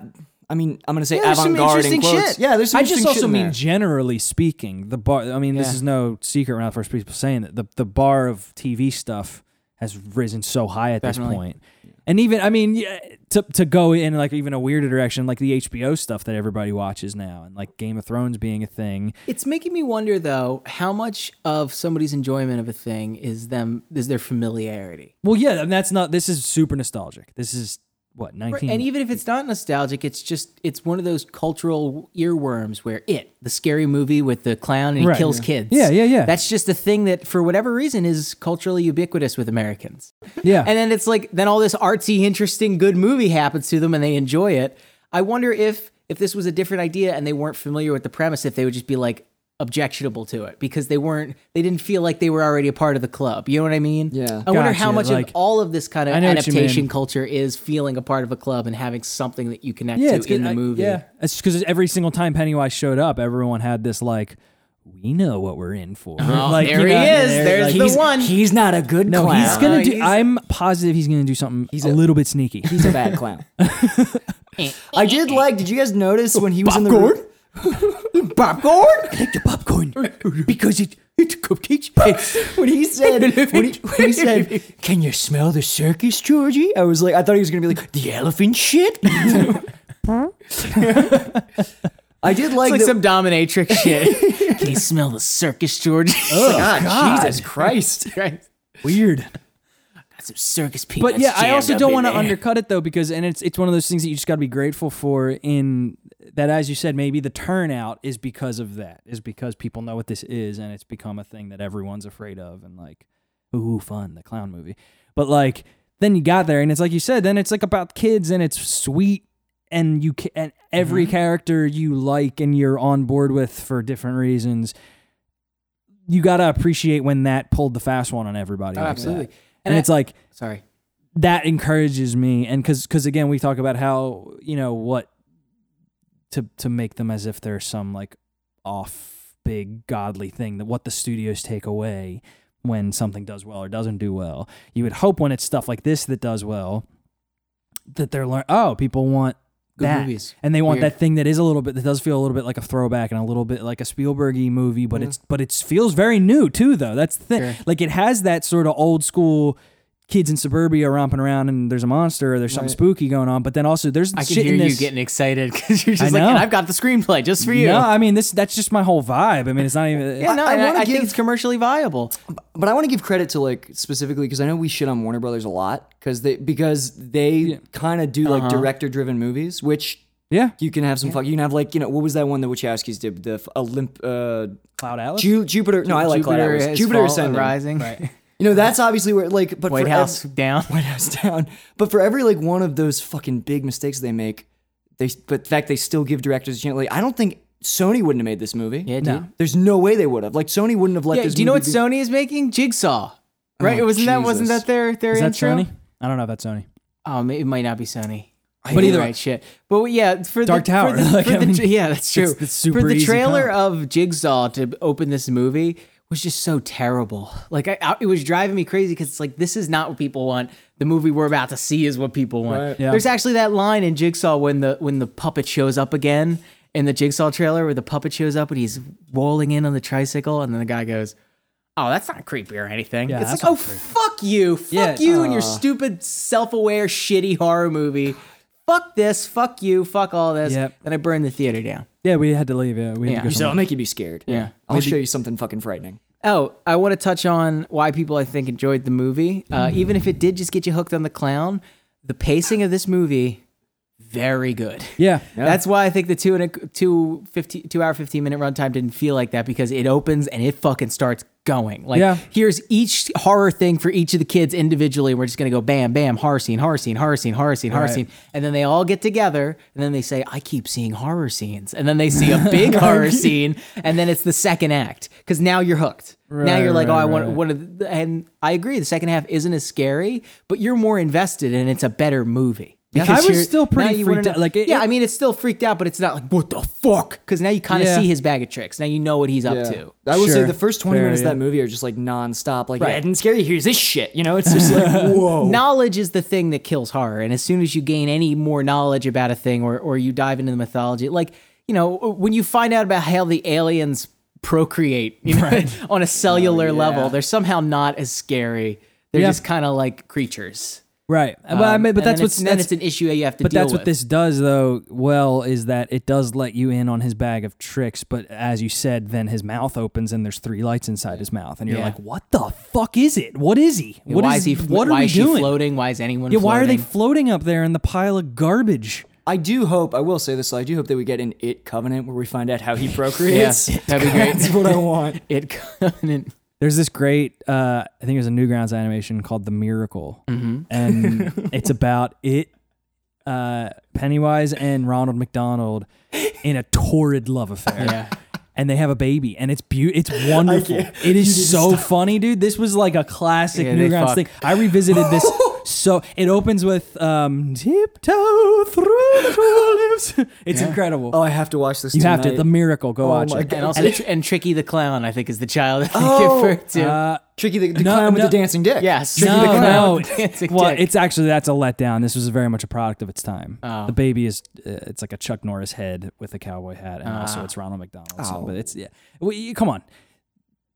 Speaker 2: I mean I'm gonna say
Speaker 3: there's some
Speaker 2: avant-garde in
Speaker 3: interesting
Speaker 2: quotes.
Speaker 3: shit.
Speaker 2: Yeah, there's some
Speaker 1: I just
Speaker 2: interesting
Speaker 1: also
Speaker 2: shit in
Speaker 1: mean
Speaker 2: there.
Speaker 1: generally speaking, the bar. I mean, this
Speaker 3: Yeah.
Speaker 1: is no secret. We're not the first people saying that the the bar of TV stuff has risen so high at
Speaker 3: Definitely.
Speaker 1: this point. And even, I mean, yeah, to to go in like even a weirder direction, like the HBO stuff that everybody watches now, and like Game of Thrones being a thing.
Speaker 3: It's making me wonder though how much of somebody's enjoyment of a thing is them is their familiarity.
Speaker 1: Well, yeah, and that's not. This is super nostalgic. This is what nineteen.
Speaker 3: And even if it's not nostalgic, it's just it's one of those cultural earworms where it, the scary movie with the clown and
Speaker 1: Right.
Speaker 3: he kills
Speaker 1: Yeah.
Speaker 3: kids.
Speaker 1: Yeah, yeah, yeah.
Speaker 3: That's just a thing that for whatever reason is culturally ubiquitous with Americans.
Speaker 1: yeah,
Speaker 3: And then it's like then all this artsy, interesting, good movie happens to them and they enjoy it. I wonder if if this was a different idea and they weren't familiar with the premise, if they would just be like objectionable to it because they weren't they didn't feel like they were already a part of the club. You know what I mean?
Speaker 2: Yeah.
Speaker 3: I wonder how
Speaker 1: Gotcha,
Speaker 3: much
Speaker 1: like-
Speaker 3: of all of this kind of
Speaker 1: I know what you
Speaker 3: adaptation
Speaker 1: mean.
Speaker 3: culture is feeling a part of a club and having something that you connect
Speaker 1: yeah,
Speaker 3: to
Speaker 1: it's
Speaker 3: in
Speaker 1: good.
Speaker 3: the
Speaker 1: I-
Speaker 3: movie.
Speaker 1: yeah, it's because every single time Pennywise showed up, everyone had this like, we know what we're in for.
Speaker 3: Oh,
Speaker 1: like
Speaker 3: there he is. There's
Speaker 1: like-
Speaker 3: the one.
Speaker 2: He's not a good
Speaker 1: No,
Speaker 2: clown.
Speaker 1: he's gonna
Speaker 3: Uh,
Speaker 1: do.
Speaker 3: he's-
Speaker 1: I'm positive he's gonna do something a, little bit sneaky.
Speaker 2: He's a bad clown. I did like. Did you guys notice when he was in the room?
Speaker 3: Popcorn?
Speaker 1: Take the popcorn because it it's cupcakes.
Speaker 2: When he said, when he, when he said, "Can you smell the circus, Georgie?" I was like, I thought he was gonna be like the elephant shit. I did like,
Speaker 3: It's like
Speaker 2: that-
Speaker 3: some dominatrix shit. Can you smell the circus, George?
Speaker 2: Oh, God, Jesus Christ!
Speaker 3: Right.
Speaker 1: Weird.
Speaker 3: Got some circus peanuts.
Speaker 1: But yeah, I
Speaker 3: jammed
Speaker 1: also
Speaker 3: up
Speaker 1: don't
Speaker 3: in
Speaker 1: want to
Speaker 3: there.
Speaker 1: undercut it though because and it's it's one of those things that you just got to be grateful for in that as you said maybe the turnout is because of that is because people know what this is and it's become a thing that everyone's afraid of and like ooh fun the clown movie. But like then you got there and it's like you said then it's like about kids and it's sweet and you ca- and every
Speaker 3: Mm-hmm.
Speaker 1: character you like and you're on board with for different reasons. You got to appreciate when that pulled the fast one on everybody.
Speaker 3: Oh,
Speaker 1: like that.
Speaker 3: absolutely.
Speaker 1: And,
Speaker 3: I-
Speaker 1: it's like
Speaker 3: sorry.
Speaker 1: that encourages me and because again we talk about how you know what to to make them as if they're some like off big godly thing that what the studios take away when something does well or doesn't do well you would hope when it's stuff like this that does well that they're learn oh people want
Speaker 3: Good
Speaker 1: that
Speaker 3: movies.
Speaker 1: and they want
Speaker 3: Weird.
Speaker 1: that thing that is a little bit that does feel a little bit like a throwback and a little bit like a Spielbergy movie, but it's but it feels very new too though. That's the thing.
Speaker 3: Mm-hmm. Sure.
Speaker 1: Like it has that sort of old school kids in suburbia romping around and there's a monster or there's something spooky going on, but then also there's
Speaker 3: I can
Speaker 1: shit
Speaker 3: hear
Speaker 1: in this.
Speaker 3: you getting excited because you're just
Speaker 1: I
Speaker 3: like, and
Speaker 1: know.
Speaker 3: I've got the screenplay just for you.
Speaker 1: No, I mean this that's just my whole vibe. I mean it's not even
Speaker 3: yeah, no,
Speaker 2: I- I
Speaker 3: and I,
Speaker 2: wanna
Speaker 3: I, think
Speaker 2: give-
Speaker 3: it's commercially viable.
Speaker 2: But I want to give credit to like specifically because I know we shit on Warner Brothers a lot because they because they kind of do
Speaker 3: Uh-huh.
Speaker 2: like director driven movies, which
Speaker 1: Yeah.
Speaker 2: you can have some fuck. You can have like you know what was that one the Wachowskis did the f- Olymp uh,
Speaker 1: Cloud Atlas.
Speaker 2: Ju- Jupiter. No, I like Cloud
Speaker 3: Oh, Jupiter,
Speaker 2: Atlas.
Speaker 3: has
Speaker 2: Jupiter
Speaker 3: fall-
Speaker 2: Ascending.
Speaker 3: rising,
Speaker 2: You know that's obviously where like but
Speaker 3: White
Speaker 2: for
Speaker 3: House
Speaker 2: ev-
Speaker 3: down.
Speaker 2: White House down. But for every like one of those fucking big mistakes they make, they but the fact they still give directors you know, like I don't think Sony wouldn't have made this movie.
Speaker 3: Yeah, dude.
Speaker 1: No.
Speaker 2: There's no way they would have. Like Sony wouldn't have let
Speaker 3: Yeah,
Speaker 2: this.
Speaker 3: do you know what
Speaker 2: movie
Speaker 3: Sony is making? Jigsaw. Right?
Speaker 2: Oh,
Speaker 3: wasn't that wasn't
Speaker 2: Jesus.
Speaker 3: that their their
Speaker 1: is that
Speaker 3: intro?
Speaker 1: Sony? I don't know if that's Sony.
Speaker 3: Oh, ma- it might not be Sony.
Speaker 2: But
Speaker 3: But
Speaker 2: either
Speaker 3: either right, shit. But yeah, for
Speaker 1: Dark
Speaker 3: the,
Speaker 1: Tower,
Speaker 3: For the,
Speaker 1: like,
Speaker 3: for
Speaker 1: I
Speaker 3: the-
Speaker 1: mean,
Speaker 3: yeah, that's true.
Speaker 1: it's super
Speaker 3: for the
Speaker 1: easy
Speaker 3: trailer of Jigsaw to open this movie was just so terrible. Like I, I- it was driving me crazy because it's like this is not what people want. The movie we're about to see is what people want.
Speaker 2: Right.
Speaker 1: Yeah.
Speaker 3: There's actually that line in Jigsaw when the when the puppet shows up again in the Jigsaw trailer where the puppet shows up and he's rolling in on the tricycle and then the guy goes. Oh, that's not creepy or anything.
Speaker 1: Yeah,
Speaker 3: it's
Speaker 1: that's
Speaker 3: like, oh,
Speaker 1: not creepy.
Speaker 3: fuck you, fuck
Speaker 1: Yeah. uh,
Speaker 3: you, and your stupid self-aware shitty horror movie. Fuck this, fuck you, fuck all this.
Speaker 1: Yep.
Speaker 3: Then I burned the theater down.
Speaker 1: Yeah, we had to leave. Yeah, we had
Speaker 3: Yeah.
Speaker 1: to go
Speaker 3: You
Speaker 2: So
Speaker 1: somewhere.
Speaker 2: I'll make you be scared.
Speaker 3: Yeah.
Speaker 2: I'll show you something fucking frightening.
Speaker 3: Oh, I want to touch on why people I think enjoyed the movie, uh, even if it did just get you hooked on the clown. The pacing of this movie, very good.
Speaker 1: Yeah.
Speaker 3: That's why I think the two and a, two fifty two hour fifteen minute runtime didn't feel like that because it opens and it fucking starts going. Like
Speaker 1: Yeah.
Speaker 3: here's each horror thing for each of the kids individually. We're just gonna go bam, bam, horror scene, horror scene, horror scene, horror scene, horror
Speaker 1: Right.
Speaker 3: scene, and then they all get together and then they say, "I keep seeing horror scenes," and then they see a big horror scene, and then it's the second act because now you're hooked. now
Speaker 1: Right,
Speaker 3: you're like, "Oh,
Speaker 1: right,
Speaker 3: I want
Speaker 1: right.
Speaker 3: one of," the, and I agree. The second half isn't as scary, but you're more invested and it's a better movie.
Speaker 1: Yeah, I
Speaker 3: Because
Speaker 1: was
Speaker 3: you're-
Speaker 1: still pretty
Speaker 3: now you wanna
Speaker 1: freaked out. Like, it-
Speaker 3: yeah,
Speaker 1: it-
Speaker 3: I mean, it's still freaked out, but it's not like what the fuck. Because now you kind of
Speaker 1: Yeah.
Speaker 3: see his bag of tricks. Now you know what he's up
Speaker 2: Yeah.
Speaker 3: to.
Speaker 2: I will say
Speaker 1: Sure.
Speaker 2: the first 20
Speaker 1: Fair,
Speaker 2: minutes
Speaker 1: yeah.
Speaker 2: of that movie are just like nonstop. Like,
Speaker 3: Right.
Speaker 2: yeah, and scary. Here's this shit. You know, it's just like, whoa.
Speaker 3: Knowledge is the thing that kills horror, and as soon as you gain any more knowledge about a thing, or or you dive into the mythology, like you know, when you find out about how the aliens procreate, you know, on a cellular level, they're somehow not as scary. They're
Speaker 1: Oh, Yeah.
Speaker 3: just kind of like creatures.
Speaker 1: Right. but I
Speaker 3: Um,
Speaker 1: mean, but
Speaker 3: and then
Speaker 1: that's what's
Speaker 3: it's, then
Speaker 1: that's,
Speaker 3: it's an issue that you have to
Speaker 1: but
Speaker 3: deal
Speaker 1: that's
Speaker 3: with.
Speaker 1: what this does though. Well, is that it does let you in on his bag of tricks, but as you said, then his mouth opens and there's three lights inside his mouth, and you're
Speaker 3: Yeah.
Speaker 1: like, what the fuck is it? What is he?
Speaker 3: Yeah,
Speaker 1: What
Speaker 3: why is he?
Speaker 1: What are
Speaker 3: why
Speaker 1: we
Speaker 3: is she
Speaker 1: doing?
Speaker 3: floating? Why is anyone?
Speaker 1: Yeah,
Speaker 3: floating?
Speaker 1: why are they floating up there in the pile of garbage?
Speaker 2: I do hope, I will say this, I do hope that we get an It Covenant where we find out how he procreates.
Speaker 3: that'd be great.
Speaker 2: That's what I want.
Speaker 3: It Covenant.
Speaker 1: There's this great, uh, I think it was a Newgrounds animation called The Miracle, and it's about it, uh, Pennywise and Ronald McDonald in a torrid love affair.
Speaker 3: Yeah.
Speaker 1: And they have a baby, and it's beautiful. It's wonderful. It is so funny, dude. This was like a classic
Speaker 3: Yeah, they
Speaker 1: Newgrounds
Speaker 3: fuck.
Speaker 1: thing. I revisited this. so it opens with um, tiptoe through the tulips. it's incredible.
Speaker 2: Oh, I have to watch this
Speaker 1: you have to.
Speaker 2: tonight. Oh
Speaker 1: The Miracle.
Speaker 3: Oh
Speaker 1: Go watch
Speaker 2: my
Speaker 1: it.
Speaker 2: God.
Speaker 3: And also, tr- and Tricky the Clown, I think, is the child that they
Speaker 2: Oh,
Speaker 3: referred to.
Speaker 1: Uh,
Speaker 2: Tricky the, the
Speaker 1: No,
Speaker 2: clown with
Speaker 1: no.
Speaker 2: the dancing dick.
Speaker 3: yes.
Speaker 2: Tricky the
Speaker 1: no,
Speaker 2: Clown.
Speaker 1: no.
Speaker 3: With the dancing
Speaker 1: well,
Speaker 3: dick.
Speaker 1: it's actually that's a letdown. This was very much a product of its time.
Speaker 3: Oh.
Speaker 1: The baby is uh, it's like a Chuck Norris head with a cowboy hat, and
Speaker 3: Ah.
Speaker 1: also it's Ronald McDonald.
Speaker 3: Oh.
Speaker 1: So, but it's yeah. Well, you- come on,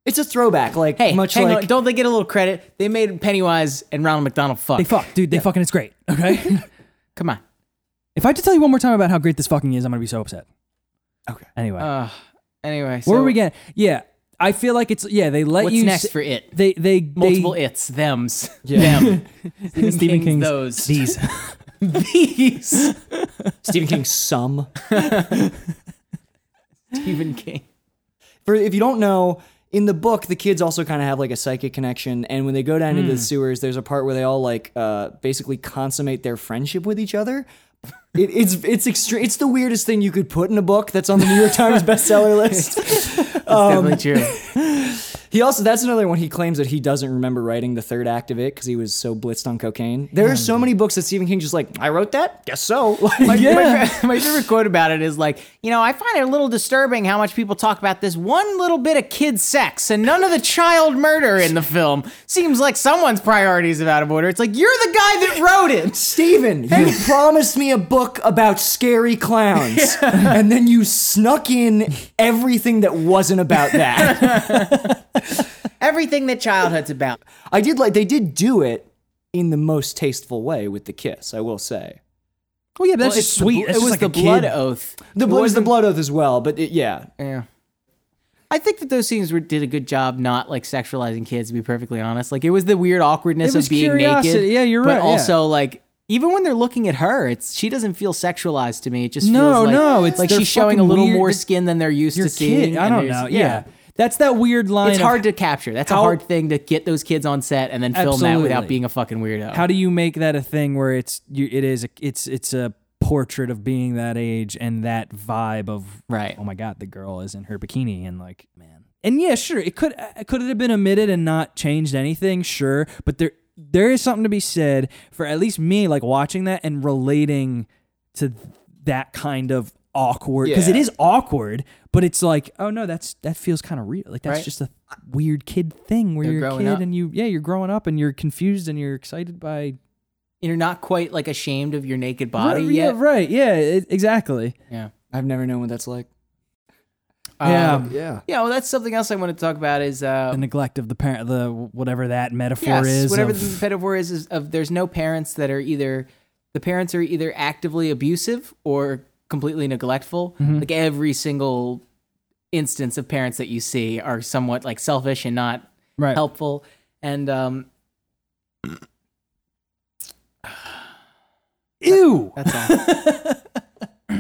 Speaker 2: It's a throwback. Like,
Speaker 3: hey,
Speaker 2: much
Speaker 3: hang
Speaker 2: like.
Speaker 3: on. Don't they get a little credit? They made Pennywise and Ronald McDonald fuck.
Speaker 1: they fuck, dude. They fucking it's great. Okay.
Speaker 3: Come on.
Speaker 1: if I had to tell you one more time about how great this fucking is, I'm gonna be so upset.
Speaker 2: Okay.
Speaker 1: Anyway,
Speaker 3: Uh, anyway, so
Speaker 1: where are we getting? Yeah, I feel like it's yeah. They let
Speaker 3: what's
Speaker 1: you.
Speaker 3: next
Speaker 1: s-
Speaker 3: for it?
Speaker 1: they they they-
Speaker 3: Multiple its, thems, them. Stephen, King's, those.
Speaker 1: these.
Speaker 3: These.
Speaker 2: Stephen King, some.
Speaker 3: Stephen King.
Speaker 2: For if you don't know, in the book, the kids also kind of have like a psychic connection, and when they go down
Speaker 1: Hmm.
Speaker 2: into the sewers, there's a part where they all like uh, basically consummate their friendship with each other. It, it's it's extreme. It's the weirdest thing you could put in a book that's on the New York Times bestseller list.
Speaker 3: That's definitely true.
Speaker 2: He also that's another one. He claims that he doesn't remember writing the third act of it because he was so blitzed on cocaine. There are so many books that Stephen King just like I wrote that. Guess so. Like,
Speaker 3: My, my, fa- my favorite quote about it is like, you know, I find it a little disturbing how much people talk about this one little bit of kid sex and none of the child murder in the film. Seems like someone's priorities are out of order. It's like you're the guy that wrote it.
Speaker 2: Steven, you promised me a book about scary clowns, and then you snuck in everything that wasn't about that.
Speaker 3: Everything that childhood's about.
Speaker 2: I did like they did do it in the most tasteful way with the kiss, I will say.
Speaker 1: Well, yeah, but that's
Speaker 3: Well,
Speaker 1: just
Speaker 3: it's the
Speaker 1: sweet.
Speaker 3: bl-
Speaker 1: That's
Speaker 3: it
Speaker 1: just
Speaker 3: was
Speaker 1: like
Speaker 3: the
Speaker 1: a kid.
Speaker 3: blood oath.
Speaker 2: The blood
Speaker 3: It
Speaker 2: was the
Speaker 3: wasn't-
Speaker 2: blood oath as well, but it, yeah,
Speaker 3: Yeah. I think that those scenes were, did a good job not like sexualizing kids. To be perfectly honest, like it was the weird awkwardness
Speaker 1: It was
Speaker 3: of being naked.
Speaker 1: curiosity. Yeah, you're
Speaker 3: but
Speaker 1: right, yeah.
Speaker 3: also like even when they're looking at her, it's she doesn't feel sexualized to me. It just
Speaker 1: No,
Speaker 3: feels like,
Speaker 1: no, it's-
Speaker 3: like
Speaker 1: they're
Speaker 3: she's showing a
Speaker 1: fucking
Speaker 3: little
Speaker 1: weird.
Speaker 3: more
Speaker 1: This-
Speaker 3: skin than they're used
Speaker 1: Your
Speaker 3: to seeing.
Speaker 1: kid. I
Speaker 3: and
Speaker 1: don't
Speaker 3: there's-
Speaker 1: know. Yeah. that's that weird line.
Speaker 3: it's
Speaker 1: of
Speaker 3: hard to capture. That's
Speaker 1: how-
Speaker 3: a hard thing to get those kids on set and then film that
Speaker 1: Absolutely.
Speaker 3: without being a fucking weirdo.
Speaker 1: how do you make that a thing where it's you it is a, it's it's a portrait of being that age and that vibe of
Speaker 3: Right.
Speaker 1: oh my god the girl is in her bikini and like man and yeah sure it could uh, could it have been omitted and not changed anything sure but there there is something to be said for at least me like watching that and relating to that kind of awkward because it
Speaker 2: Yeah.
Speaker 1: is awkward but it's like oh no that's that feels kind of real like that's
Speaker 3: Right.
Speaker 1: just a weird kid thing where
Speaker 3: They're
Speaker 1: you're a
Speaker 3: growing
Speaker 1: kid
Speaker 3: up.
Speaker 1: and you yeah you're growing up and you're confused and you're excited by
Speaker 3: You're not quite like ashamed of your naked body
Speaker 1: right,
Speaker 3: yet.
Speaker 1: Yeah, right. Yeah, it, exactly.
Speaker 3: Yeah. Um,
Speaker 2: I've never known what that's like.
Speaker 1: yeah.
Speaker 2: Yeah.
Speaker 3: Yeah, well, that's something else I want to talk about is uh,
Speaker 1: Um, The neglect of the parent, the whatever that metaphor
Speaker 3: yes,
Speaker 1: is.
Speaker 3: whatever
Speaker 1: of-
Speaker 3: the metaphor is, is of there's no parents that are either the parents are either
Speaker 1: Mm-hmm.
Speaker 3: actively abusive or completely neglectful. Like every single instance of parents that you see are somewhat like selfish and not
Speaker 1: Right.
Speaker 3: helpful. And um,
Speaker 1: Ew.
Speaker 3: That's all.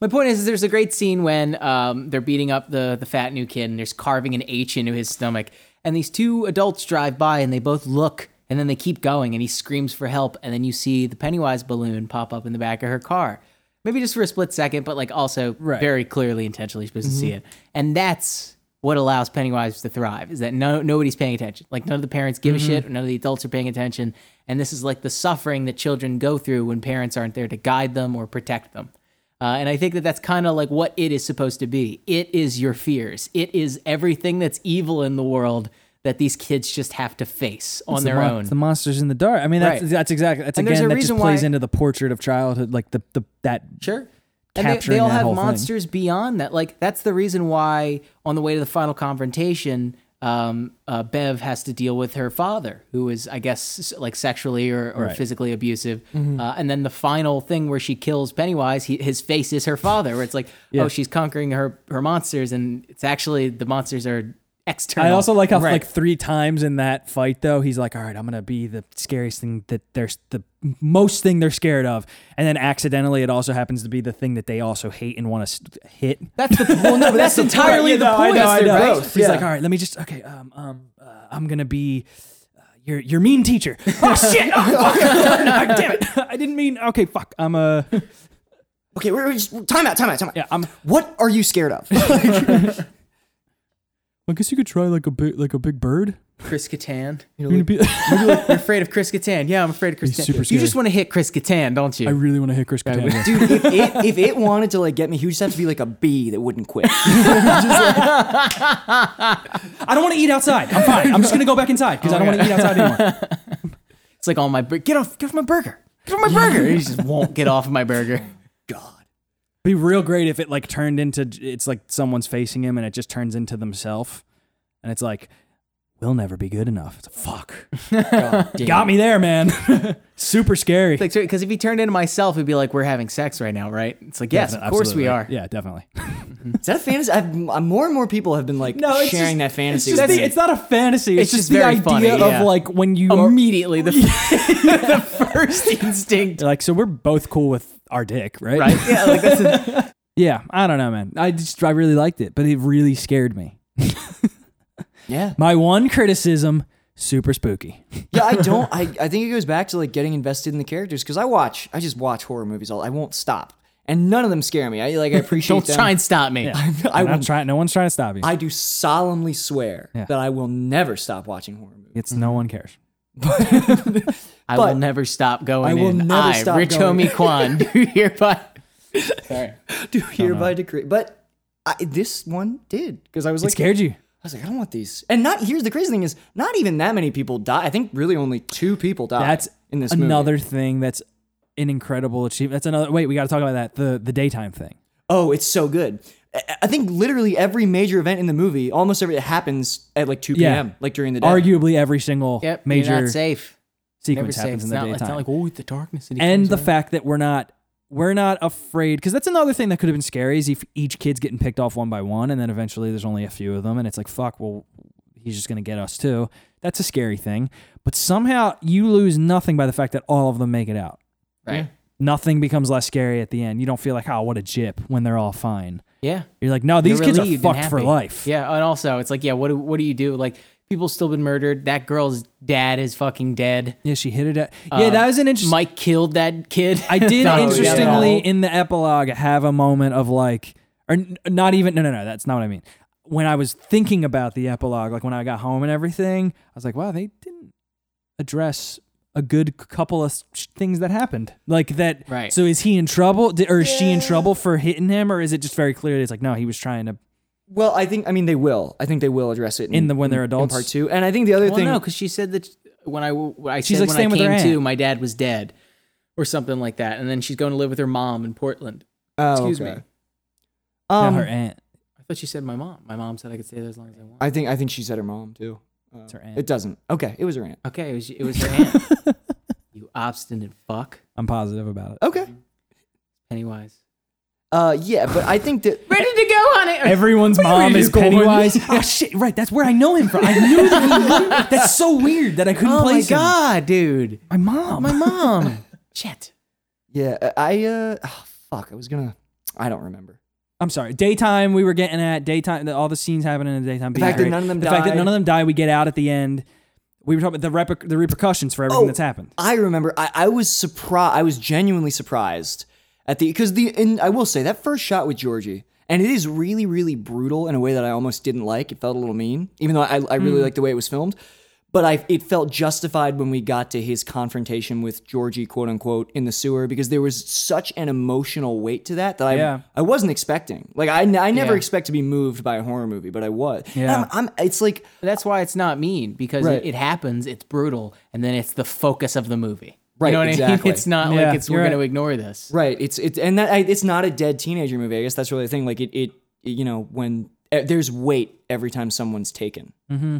Speaker 3: My point is, is there's a great scene when um, they're beating up the the fat new kid, and there's carving an H into his stomach. And these two adults drive by, and they both look, and then they keep going, and he screams for help, and then you see the Pennywise balloon pop up in the back of her car, maybe just for a split second, but like also
Speaker 1: Right.
Speaker 3: very clearly intentionally supposed to see it. And that's what allows Pennywise to thrive is that no nobody's paying attention. Like none of the parents give a shit, none of the adults are paying attention, and this is like the suffering that children go through when parents aren't there to guide them or protect them. Uh, and I think that that's kind of like what it is supposed to be. It is your fears. It is everything that's evil in the world that these kids just have to face on their
Speaker 1: mon-
Speaker 3: own.
Speaker 1: The monsters in the dark. I mean, that's
Speaker 3: Right.
Speaker 1: that's exactly that's
Speaker 3: And there's
Speaker 1: again
Speaker 3: a
Speaker 1: that just
Speaker 3: reason
Speaker 1: plays
Speaker 3: why-
Speaker 1: into the portrait of childhood, like the the that
Speaker 3: Sure. And they, they
Speaker 1: capturing
Speaker 3: all
Speaker 1: that
Speaker 3: have
Speaker 1: whole thing.
Speaker 3: monsters beyond that. Like that's the reason why on the way to the final confrontation, um, uh, Bev has to deal with her father, who is, I guess, s- like sexually or, or
Speaker 1: Right. Mm-hmm.
Speaker 3: physically abusive. Uh, and then the final thing where she kills Pennywise, he, his face is her father. Where it's like, oh, she's conquering her her monsters, and it's actually the monsters are external.
Speaker 1: I also like how
Speaker 3: Right.
Speaker 1: like three times in that fight though he's like, all right, I'm gonna be the scariest thing that there's the most thing they're scared of, and then accidentally it also happens to be the thing that they also hate and want to hit.
Speaker 3: that's the well, no, but that's, entirely the point.
Speaker 1: I know, I know.
Speaker 3: right?
Speaker 1: He's like, all right, let me just okay. Um, um, uh, I'm gonna be. uh, Your, your mean teacher. Oh shit! Oh, fuck. God damn it! I didn't mean. Okay, fuck. I'm a.
Speaker 2: Okay, we're, we're just time out, time out, time out.
Speaker 1: Yeah, I'm.
Speaker 2: What are you scared of?
Speaker 1: I guess you could try like a big, like a big bird.
Speaker 3: Chris Kattan.
Speaker 1: You're gonna be-
Speaker 3: You're afraid of Chris Kattan. Yeah, I'm afraid of Chris
Speaker 1: He's
Speaker 3: Kattan.
Speaker 1: super
Speaker 3: You just
Speaker 1: scary.
Speaker 3: want to hit Chris Kattan, don't you?
Speaker 1: I really want to hit Chris Kattan.
Speaker 2: Dude, if it, if it wanted to like get me, he would just have to be like a bee that wouldn't quit.
Speaker 1: I don't want to eat outside. I'm fine. I'm just gonna go back inside because I don't want to eat outside anymore.
Speaker 3: It's like all my bur- get off, get off my burger, get off my burger. He just won't get off my burger.
Speaker 2: God.
Speaker 1: Be real great if it like turned into it's like someone's facing him and it just turns into themselves, and it's like we'll never be good enough. It's like, fuck.
Speaker 2: God damn.
Speaker 1: Got me there, man. Super scary.
Speaker 3: Like, because if he turned into myself, he'd be like, "We're having sex right now, right?" It's like, yes,
Speaker 1: Definitely,
Speaker 3: of course we
Speaker 1: absolutely.
Speaker 3: are.
Speaker 1: Yeah, definitely.
Speaker 2: Is that a fantasy? I've, uh, more and more people have been like
Speaker 1: No, it's
Speaker 2: sharing
Speaker 1: just-
Speaker 2: that fantasy.
Speaker 1: It's,
Speaker 2: with
Speaker 1: the-
Speaker 2: me.
Speaker 1: it's not a fantasy. It's,
Speaker 3: It's
Speaker 1: just,
Speaker 3: just
Speaker 1: the
Speaker 3: very
Speaker 1: idea
Speaker 3: funny,
Speaker 1: of
Speaker 3: yeah.
Speaker 1: like when you are
Speaker 3: Immediately, the, the first instinct,
Speaker 1: like. So we're both cool with our dick, right?
Speaker 3: right? Yeah, like that's a,
Speaker 1: Yeah. I don't know, man. I just I really liked it, but it really scared me.
Speaker 2: yeah.
Speaker 1: My one criticism: super spooky.
Speaker 2: Yeah, I don't. I, I think it goes back to like getting invested in the characters because I watch, I just watch horror movies all. I won't stop, and none of them scare me. I like I appreciate.
Speaker 3: don't
Speaker 2: them.
Speaker 3: try and stop me.
Speaker 2: I
Speaker 1: I'm not
Speaker 2: will.
Speaker 1: trying. No one's trying to stop you.
Speaker 2: I do solemnly swear
Speaker 1: Yeah.
Speaker 2: that I will never stop watching horror movies.
Speaker 1: it's no one cares.
Speaker 3: I will
Speaker 2: but-
Speaker 3: never stop going.
Speaker 2: I will
Speaker 3: in.
Speaker 2: never
Speaker 3: I,
Speaker 2: stop
Speaker 3: Rich
Speaker 2: going.
Speaker 3: Homie Kwan, do hereby. Sorry.
Speaker 2: Do hereby decree, but I, this one did because I was
Speaker 1: It
Speaker 2: like,
Speaker 1: scared you.
Speaker 2: I was like, I don't want these. And not here's the crazy thing is not even that many people die. I think really only two people die.
Speaker 1: That's
Speaker 2: in this
Speaker 1: another
Speaker 2: Movie.
Speaker 1: thing that's an incredible achievement. That's another. Wait, we got to talk about that. The the daytime thing.
Speaker 2: Oh, it's so good. I- I think literally every major event in the movie, almost every, it happens at like 2
Speaker 1: Yeah.
Speaker 2: p.m., like during the day.
Speaker 1: Arguably, every single
Speaker 3: Yep. Major you're
Speaker 1: major
Speaker 3: not safe. Never
Speaker 1: sequence
Speaker 3: safe.
Speaker 1: happens
Speaker 3: It's
Speaker 1: in the
Speaker 3: not,
Speaker 1: daytime.
Speaker 3: it's not like oh, the darkness. he
Speaker 1: and
Speaker 3: comes
Speaker 1: the
Speaker 3: around.
Speaker 1: fact that we're not we're not afraid because that's another thing that could have been scary is if each kid's getting picked off one by one and then eventually there's only a few of them and it's like fuck well he's just gonna get us too that's a scary thing but somehow you lose nothing by the fact that all of them make it out
Speaker 3: right?
Speaker 1: nothing becomes less scary at the end you don't feel like oh what a jip when they're all fine
Speaker 3: yeah.
Speaker 1: you're like no these
Speaker 3: You're
Speaker 1: kids are
Speaker 3: relieved and
Speaker 1: fucked for
Speaker 3: happy.
Speaker 1: life
Speaker 3: Yeah, and also it's like, yeah, what do, what do you do? Like, people still been murdered. That girl's dad is fucking dead.
Speaker 1: yeah she hit it at
Speaker 3: Uh,
Speaker 1: yeah that was an interesting
Speaker 3: Mike killed that kid.
Speaker 1: I did
Speaker 3: Not really at
Speaker 1: interestingly
Speaker 3: all.
Speaker 1: in the epilogue have a moment of like, or n- not even. No, no, no. That's not what I mean. When I was thinking about the epilogue, like when I got home and everything, I was like, wow, they didn't address a good c- couple of sh- things that happened. Like that.
Speaker 3: Right.
Speaker 1: So is he in trouble, Di- or is she in trouble for hitting him, or is it just very clear? It's like no, he was trying to.
Speaker 2: Well, I think I mean they will. I think they will address it in,
Speaker 1: In the- when they're adults?
Speaker 2: in part two. And I think the other
Speaker 3: Well,
Speaker 2: thing,
Speaker 3: no, because she said that when I when I
Speaker 1: She's
Speaker 3: said
Speaker 1: like staying
Speaker 3: when I
Speaker 1: with her
Speaker 3: came to,
Speaker 1: aunt.
Speaker 3: my dad was dead, or something like that. And then she's going to live with her mom in Portland.
Speaker 2: Oh,
Speaker 3: Excuse
Speaker 2: okay.
Speaker 3: me.
Speaker 1: Yeah,
Speaker 2: Um,
Speaker 1: her aunt.
Speaker 3: I thought she said my mom. My mom said I could stay there as long as I want.
Speaker 2: I think I think she said her mom too. Uh,
Speaker 1: It's her aunt.
Speaker 2: It doesn't. Okay, it was her aunt.
Speaker 3: okay, it was it was her aunt. you obstinate fuck,
Speaker 1: I'm positive about it.
Speaker 2: Okay,
Speaker 3: Pennywise.
Speaker 2: Uh, yeah, but I think that
Speaker 3: Ready to go, honey.
Speaker 1: Everyone's mom
Speaker 3: you
Speaker 1: is
Speaker 3: going?
Speaker 1: Pennywise. oh shit! Right, that's where I know him from. I knew that. he- that's so weird that I couldn't
Speaker 3: oh my
Speaker 1: place him.
Speaker 3: god, dude.
Speaker 1: My mom.
Speaker 3: My mom. Shit.
Speaker 2: yeah, I uh, oh, fuck, I was gonna, I don't remember.
Speaker 1: I'm sorry. Daytime, we were getting at daytime. the- All the scenes happening in the daytime. The
Speaker 2: fact that none of them
Speaker 1: The fact that
Speaker 2: die.
Speaker 1: none of them die. We get out at the end. We were talking about the reper- the repercussions for everything
Speaker 2: Oh.
Speaker 1: that's happened.
Speaker 2: I remember. I, I was surprised. I was genuinely surprised at the because the and I will say that first shot with Georgie and it is really really brutal in a way that I almost didn't like. It felt a little mean, even though I, I
Speaker 1: Mm.
Speaker 2: really liked the way it was filmed. But I it felt justified when we got to his confrontation with Georgie, quote unquote, in the sewer because there was such an emotional weight to that that I
Speaker 1: Yeah.
Speaker 2: I wasn't expecting. Like I, I never
Speaker 3: Yeah.
Speaker 2: expect to be moved by a horror movie, but I was. And
Speaker 1: Yeah.
Speaker 2: I'm, I'm it's like
Speaker 3: That's why it's not mean because
Speaker 2: Right.
Speaker 3: it, it happens, it's brutal, and then it's the focus of the movie.
Speaker 2: Right,
Speaker 3: You know what
Speaker 2: exactly.
Speaker 3: I mean? It's not
Speaker 1: Yeah,
Speaker 3: like it's we're
Speaker 1: you're
Speaker 3: gonna
Speaker 1: right.
Speaker 3: ignore this.
Speaker 2: Right. It's it's and that I, it's not a dead teenager movie. I guess that's really the thing. Like it it, it- you know when eh, there's weight every time someone's taken. Mm-hmm.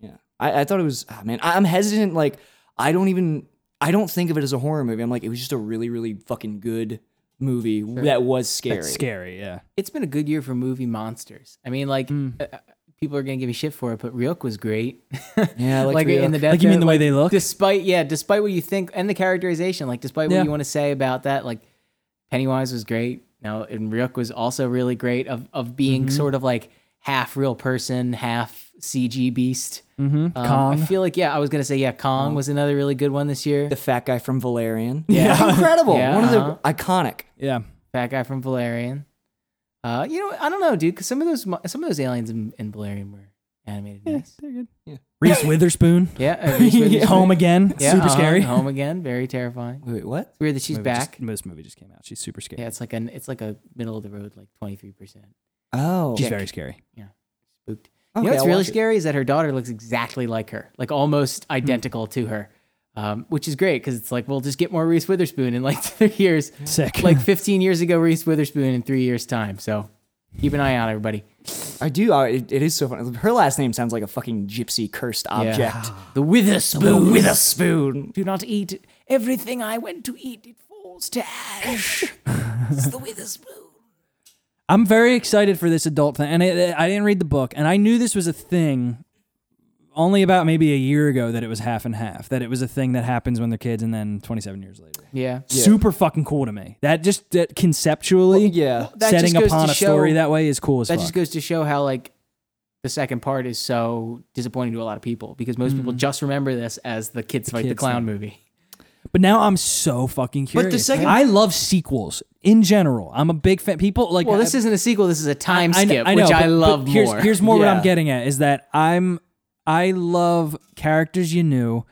Speaker 2: Yeah. I, I thought it was ah, man. I, I'm hesitant. Like I don't even I don't think of it as a horror movie. I'm like it was just a really really fucking good movie that was scary.
Speaker 1: Scary, yeah.
Speaker 3: It's been a good year for movie monsters. I mean, like uh, uh, people are gonna give me shit for it, but Ryuk was great.
Speaker 2: Yeah. uh, I liked
Speaker 3: like in
Speaker 2: Ryuk.
Speaker 3: the death
Speaker 1: Like, you mean
Speaker 3: Note,
Speaker 1: the way they look?
Speaker 3: despite yeah despite what you think and the characterization like despite
Speaker 1: Yeah.
Speaker 3: what you want to say about that like pennywise was great no and ryuk was also really great of of being
Speaker 1: Mm-hmm.
Speaker 3: sort of like half real person half cg beast mm-hmm. i
Speaker 1: Kong.
Speaker 3: feel like yeah i was gonna say yeah kong was another really good one this year
Speaker 2: the fat guy from Valerian.
Speaker 3: Yeah.
Speaker 2: It's incredible.
Speaker 3: Yeah,
Speaker 2: One of
Speaker 3: uh-huh.
Speaker 2: the iconic.
Speaker 1: Yeah.
Speaker 3: fat guy from valerian uh you know i don't know dude because some of those mo- some of those aliens in, in valerian were animated nice.
Speaker 1: They're good.
Speaker 2: Yeah.
Speaker 1: Reese Witherspoon.
Speaker 3: yeah uh, Reese Witherspoon.
Speaker 1: Home again.
Speaker 3: Yeah,
Speaker 1: super
Speaker 3: uh-huh,
Speaker 1: scary.
Speaker 3: home again very terrifying
Speaker 2: Wait, what?
Speaker 3: it's weird that she's
Speaker 1: Movie
Speaker 3: back
Speaker 1: just- this movie just came out. She's super scary.
Speaker 3: Yeah, it's like an it's like a middle of the road, like twenty three percent
Speaker 2: Oh.
Speaker 1: She's very scary.
Speaker 3: spooked.
Speaker 2: Okay,
Speaker 3: you know what's
Speaker 2: I'll
Speaker 3: really
Speaker 2: watch it. Hmm.
Speaker 3: scary is that her daughter looks exactly like her, like almost identical to her, um, which is great because it's like we'll just get more Reese Witherspoon in like three years,
Speaker 1: Sick.
Speaker 3: like fifteen years ago Reese Witherspoon in three years time. So keep an eye out, everybody.
Speaker 2: I do. I, it, it is so funny. Her last name sounds like a fucking gypsy cursed object.
Speaker 3: The Witherspoon.
Speaker 2: With a spoon.
Speaker 3: Do not eat everything I went to eat. It falls to ash. it's the Witherspoon.
Speaker 1: I'm very excited for this adult thing, and it, I didn't read the book, and I knew this was a thing only about maybe a year ago that it was half and half, that it was a thing that happens when they're kids, and then 27 years later.
Speaker 3: Yeah.
Speaker 1: Super fucking cool to me. That just that conceptually,
Speaker 2: Yeah.
Speaker 3: That just
Speaker 1: setting
Speaker 3: goes
Speaker 1: upon
Speaker 3: to
Speaker 1: a story
Speaker 3: show-
Speaker 1: that way is cool as
Speaker 3: that
Speaker 1: fuck.
Speaker 3: just goes to show how like the second part is so disappointing to a lot of people because most people just remember this as Mm-hmm. the kids fight the
Speaker 1: kids
Speaker 3: clown movie.
Speaker 1: But now I'm so fucking
Speaker 2: the
Speaker 1: curious.
Speaker 2: second-
Speaker 1: I love sequels in general. I'm a big fan. People like
Speaker 3: Well, this isn't a sequel. This is a time
Speaker 1: I- I kn-
Speaker 3: skip,
Speaker 1: I know,
Speaker 3: which I
Speaker 1: but- but
Speaker 3: love
Speaker 1: here's,
Speaker 3: more.
Speaker 1: Here's more what
Speaker 2: Yeah.
Speaker 1: I'm getting at is that I'm I love characters you knew.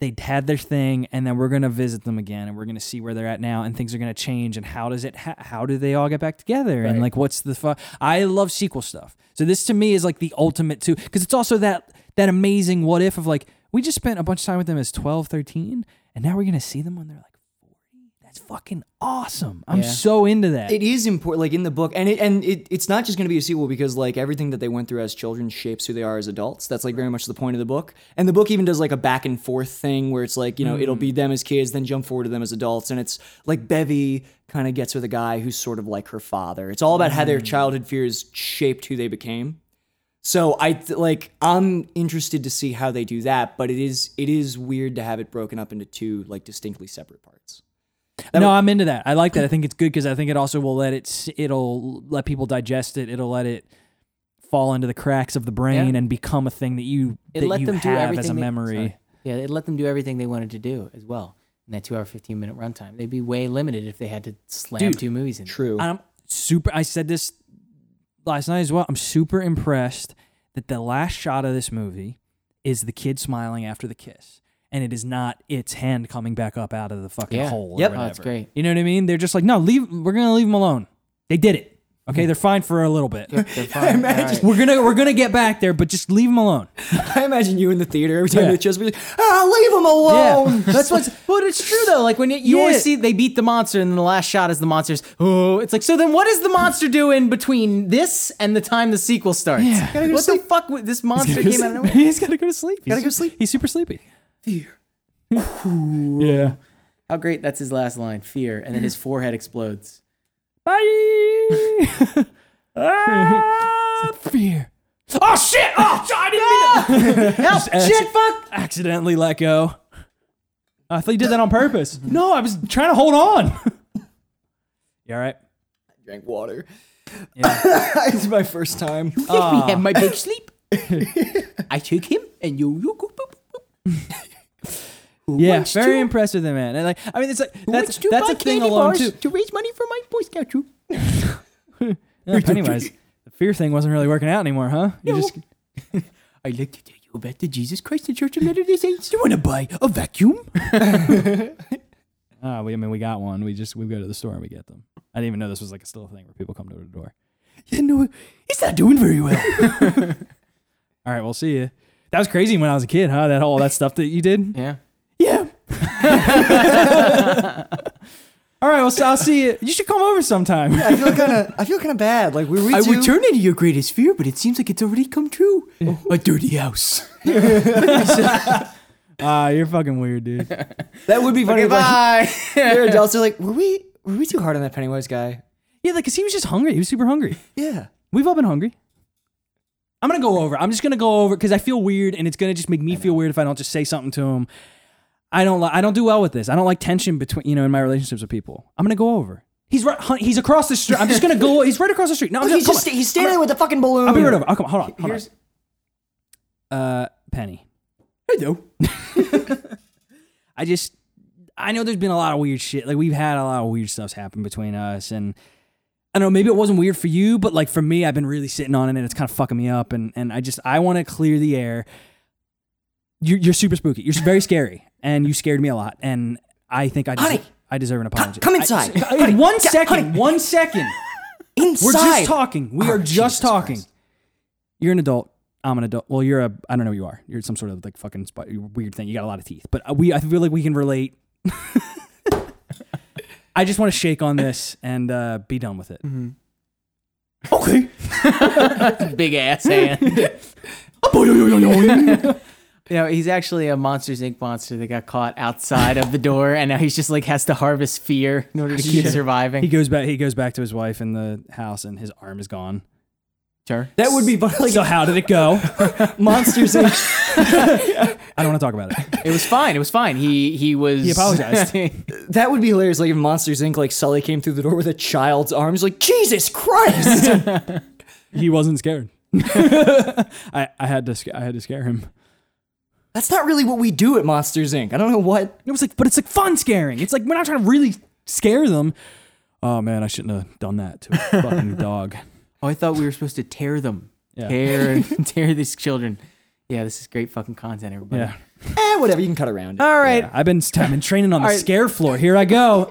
Speaker 1: They had their thing, and then we're gonna visit them again, and we're gonna see where they're at now, and things are gonna change, and how does it? Ha- how do they all get back together? And like, what's the fu- I love sequel stuff. So this to me is like the ultimate too, because it's also that that amazing what if of like we just spent a bunch of time with them as 12, 13, and now we're gonna see them when they're like forty. That's fucking awesome. I'm so into that.
Speaker 2: It is important, like in the book, and it and it, it's not just going to be a sequel because like everything that they went through as children shapes who they are as adults. That's like very much the point of the book. And the book even does like a back and forth thing where it's like you know it'll be them as kids, then jump forward to them as adults, and it's like Bevy kind of gets with a guy who's sort of like her father. It's all about how their childhood fears shaped who they became. So I th- like I'm interested to see how they do that, but it is it is weird to have it broken up into two like distinctly separate parts.
Speaker 1: no, I'm into that. I like that. I think it's good because I think it also will let it. s- It'll let people digest it. It'll let it fall into the cracks of the brain
Speaker 3: Yeah.
Speaker 1: and become a thing that you
Speaker 3: It
Speaker 1: that
Speaker 3: let
Speaker 1: you
Speaker 3: them do
Speaker 1: have as
Speaker 3: everything
Speaker 1: a
Speaker 3: they-
Speaker 1: memory.
Speaker 3: sorry. yeah, it let them do everything they wanted to do as well in that two hour, 15 minute runtime. They'd be way limited if they had to slam two movies in. there.
Speaker 2: True.
Speaker 1: I'm super. I said this last night as well. I'm super impressed that the last shot of this movie is the kid smiling after the kiss, and it is not its hand coming back up out of the fucking
Speaker 3: Yeah.
Speaker 1: hole.
Speaker 2: Yep.
Speaker 1: or
Speaker 2: Oh,
Speaker 1: whatever.
Speaker 3: that's great.
Speaker 1: You know what I mean? They're just like, no, leave. We're gonna leave them alone. They did it. Okay, they're fine for a little bit.
Speaker 3: They're fine. All right.
Speaker 1: We're gonna we're gonna get back there, but just leave them alone.
Speaker 2: I imagine you in the theater every time
Speaker 1: Yeah.
Speaker 2: they chose me. Like, ah, leave him alone.
Speaker 3: That's what's. But it's true though. Like when you, you
Speaker 1: Yeah.
Speaker 3: always see they beat the monster, and then the last shot is the monster's. Oh, it's like so. Then what does the monster do in between this and the time the sequel starts?
Speaker 1: Yeah.
Speaker 3: What the fuck? would- This monster came out of nowhere.
Speaker 1: He's gotta go to sleep. He's
Speaker 2: Gotta go
Speaker 1: su-
Speaker 2: sleep.
Speaker 1: He's super sleepy. yeah.
Speaker 3: How great! That's his last line. Fear, and then his forehead explodes.
Speaker 1: Bye. ah, fear. Oh shit! Oh, I didn't mean
Speaker 3: Help!
Speaker 1: to-
Speaker 3: Shit! Fuck!
Speaker 1: to accidentally let go. I thought you did that on purpose. No, I was trying to hold on. you all right?
Speaker 2: Drank water.
Speaker 1: Yeah.
Speaker 2: it's my first time.
Speaker 3: Let me have my big sleep. I took him, and you, you, go, boop, boop.
Speaker 1: yeah,
Speaker 3: wants
Speaker 1: very
Speaker 3: to?
Speaker 1: impressive, the man. And like, I mean, it's like that's
Speaker 3: Wants to
Speaker 1: that's
Speaker 3: buy
Speaker 1: a thing
Speaker 3: candy
Speaker 1: alone
Speaker 3: bars
Speaker 1: too.
Speaker 3: to raise money for my Boy Scout troop.
Speaker 1: Yeah, but anyways, the fear thing wasn't really working out anymore, huh? You
Speaker 3: No.
Speaker 1: just
Speaker 3: I'd like to tell you about the Jesus Christ the Church of Latter Day Saints. You want to buy a vacuum?
Speaker 1: Ah, we, I mean, we got one. We just we go to the store and we get them. I didn't even know this was like a still thing where people come to the door.
Speaker 3: Yeah, no, it's not doing very well.
Speaker 1: All right, we'll see you. That was crazy when I was a kid, huh? That all that stuff that you did.
Speaker 3: Yeah.
Speaker 1: Yeah. all right, well, so I'll see you. You should come over sometime.
Speaker 2: I feel kind of. I feel kind of bad. Like we read
Speaker 3: I
Speaker 2: you.
Speaker 3: would turn into your greatest fear, but it seems like it's already come true. A dirty house.
Speaker 1: Ah, you're fucking weird, dude.
Speaker 2: that would be funny. if, like,
Speaker 3: Goodbye.
Speaker 2: your adults are like, were we? Were we too hard on that Pennywise guy?
Speaker 1: Yeah, like, cause he was just hungry. He was super hungry.
Speaker 2: Yeah.
Speaker 1: We've all been hungry. I'm gonna go over. I'm just gonna go over because I feel weird, and it's gonna just make me feel weird if I don't just say something to him. I don't like. I don't do well with this. I don't like tension between you know in my relationships with people. I'm gonna go over. He's right. hun- He's across the street. I'm just gonna go. He's right across the street. No, I'm
Speaker 2: He's
Speaker 1: come
Speaker 2: just
Speaker 1: on.
Speaker 2: he's standing with the fucking balloon.
Speaker 1: I'll be right over. I'll come. Hold on. Hold
Speaker 2: Here's-
Speaker 1: on. Uh, Penny.
Speaker 3: Hello.
Speaker 1: I just I know there's been a lot of weird shit. Like we've had a lot of weird stuffs happen between us and I don't know, maybe it wasn't weird for you, but like for me, I've been really sitting on it and it's kind of fucking me up and and I just I want to clear the air. You're you're super spooky. You're very scary and you scared me a lot and I think I
Speaker 2: Honey.
Speaker 1: deserve, I deserve an apology.
Speaker 2: come
Speaker 1: I-
Speaker 2: inside.
Speaker 1: I-
Speaker 2: Honey,
Speaker 1: one
Speaker 2: yeah,
Speaker 1: second.
Speaker 2: honey.
Speaker 1: One second.
Speaker 2: Inside.
Speaker 1: We're just talking. We
Speaker 2: Oh,
Speaker 1: are just
Speaker 2: Jesus
Speaker 1: talking.
Speaker 2: Christ.
Speaker 1: You're an adult. I'm an adult. Well, you're a. I don't know. What you are. You're some sort of like fucking sp- weird thing. You got a lot of teeth, but uh, we. I feel like we can relate. I just want to shake on this and uh, be done with it.
Speaker 2: Okay.
Speaker 3: Big ass hand. You know, he's actually a Monsters Inc. monster that got caught outside of the door, and now he's just like has to harvest fear in order to keep surviving.
Speaker 1: He goes back. He goes back to his wife in the house, and his arm is gone.
Speaker 3: Sure.
Speaker 2: That would be fun. Like
Speaker 1: So how did it go?
Speaker 2: monsters. in-
Speaker 1: I don't want to talk about it.
Speaker 3: It was fine. It was fine. He he was.
Speaker 1: He apologized.
Speaker 2: that would be hilarious. Like if Monsters Inc. Like Sully came through the door with a child's arms. Like Jesus Christ.
Speaker 1: He wasn't scared. I, I had to. sc- I had to scare him.
Speaker 2: That's not really what we do at Monsters Inc. I don't know what.
Speaker 1: It was like, but it's like fun scaring. It's like we're not trying to really scare them. Oh man, I shouldn't have done that to a fucking dog.
Speaker 3: oh, I thought we were supposed to tear them.
Speaker 1: Yeah.
Speaker 3: Tear tear these children. Yeah, this is great fucking content, everybody.
Speaker 1: Yeah.
Speaker 2: Eh, whatever. You can cut around. it.
Speaker 4: Uh,
Speaker 3: All right.
Speaker 1: I've been, I've been training on the
Speaker 3: All right.
Speaker 1: scare floor. Here I go.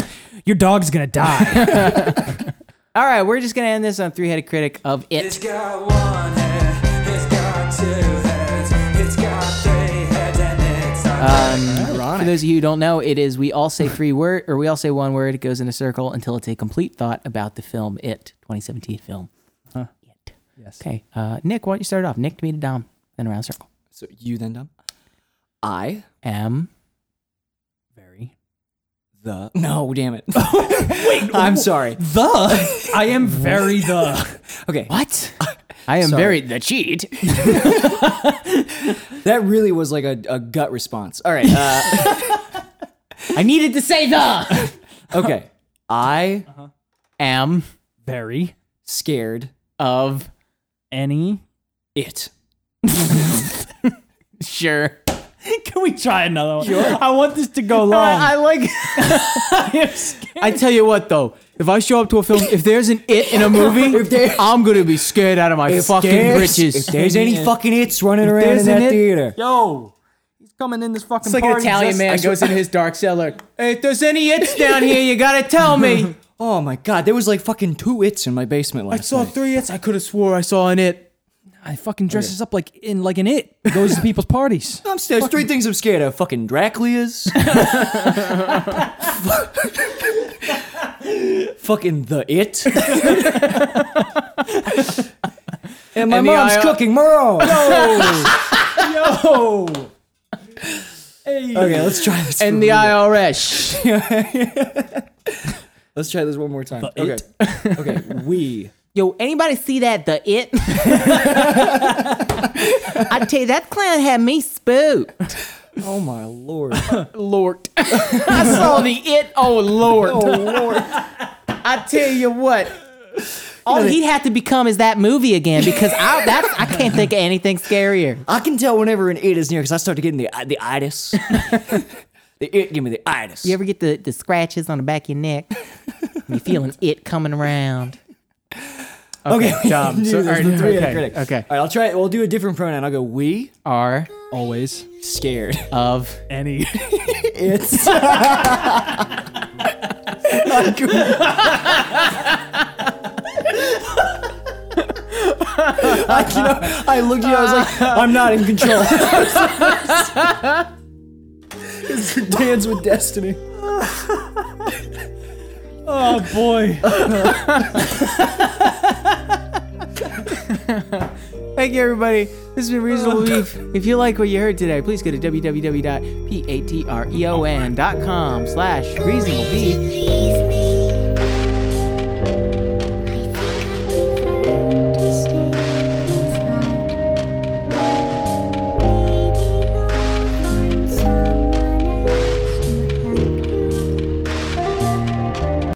Speaker 1: Your dog's gonna die.
Speaker 3: All right. We're just gonna end this on three headed critic of it.
Speaker 4: It's got one head, it's got two heads, it's got three heads, and it's a
Speaker 3: Um, For
Speaker 2: Ironic.
Speaker 3: those of you who don't know, it is we all say three word or we all say one word. It goes in a circle until it's a complete thought about the film It, 2017 film. It.
Speaker 1: Yes.
Speaker 3: Okay. Uh, Nick, why don't you start off? Nick to me to Dom, then around circle.
Speaker 2: So you then dumb. I
Speaker 3: M.
Speaker 1: Very.
Speaker 2: the no. Damn it. Wait. I'm sorry.
Speaker 1: The. I am very the.
Speaker 2: Okay.
Speaker 3: What? I am
Speaker 2: Sorry.
Speaker 3: very the cheat.
Speaker 2: That really was like a, a gut response. All right. Uh,
Speaker 3: I needed to say the Uh-huh.
Speaker 2: okay. I
Speaker 3: am
Speaker 1: Very.
Speaker 2: scared
Speaker 3: of
Speaker 1: Any.
Speaker 2: it.
Speaker 3: sure.
Speaker 1: Can we try another one? I want this to go long.
Speaker 3: I, I like. I tell you what though, if I show up to a film, if there's an it in a movie, I'm gonna be scared out of my fucking britches.
Speaker 2: If there's any fucking its running around
Speaker 1: there's
Speaker 2: in
Speaker 1: an
Speaker 2: that
Speaker 1: it-
Speaker 2: theater.
Speaker 1: Yo. He's coming in this fucking
Speaker 3: It's like an Italian man goes into his dark cellar. Hey, if there's any it's down here, you gotta tell me.
Speaker 2: Oh my god, there was like fucking two its in my basement last
Speaker 3: I saw
Speaker 2: night.
Speaker 3: three it's. I could have swore I saw an it.
Speaker 1: I fucking dresses up like in like an it. Goes to people's parties.
Speaker 2: I'm there's three things I'm scared of: fucking Dracula's, fucking the it, and my
Speaker 3: And the
Speaker 2: mom's
Speaker 3: IR
Speaker 2: cooking Merle.
Speaker 1: Yo.
Speaker 2: Okay, let's try this.
Speaker 3: And the IRS.
Speaker 2: Let's try this one more time.
Speaker 1: The
Speaker 2: okay. okay. We.
Speaker 3: Yo, anybody see that? The it? I tell you, that clown had me spooked.
Speaker 2: Oh my lord.
Speaker 3: Lord. I saw the it. Oh, Lord.
Speaker 2: Oh lord.
Speaker 3: I tell you what. All he'd have to become is that movie again because I that's I can't think of anything scarier.
Speaker 2: I can tell whenever an it is near because I start to getting the uh, the itis. the it give me the itis.
Speaker 3: You ever get the, the scratches on the back of your neck? And you're feeling it coming around.
Speaker 2: okay.
Speaker 1: job. So,
Speaker 2: So,
Speaker 1: all right, okay,
Speaker 2: okay.
Speaker 3: okay.
Speaker 2: All right. I'll try. We'll do a different pronoun. I'll go we.
Speaker 3: Are
Speaker 1: Always
Speaker 2: Scared.
Speaker 3: of
Speaker 1: any.
Speaker 2: It's.
Speaker 1: Uh,
Speaker 2: I cannot- I looked at you. I was like, I'm not in control. it's a dance with destiny.
Speaker 1: oh boy.
Speaker 3: Thank you, everybody. This has been Reasonable Beef. If you like what you heard today, please E go to www.patreon.com slash reasonable beef.
Speaker 5: Beef.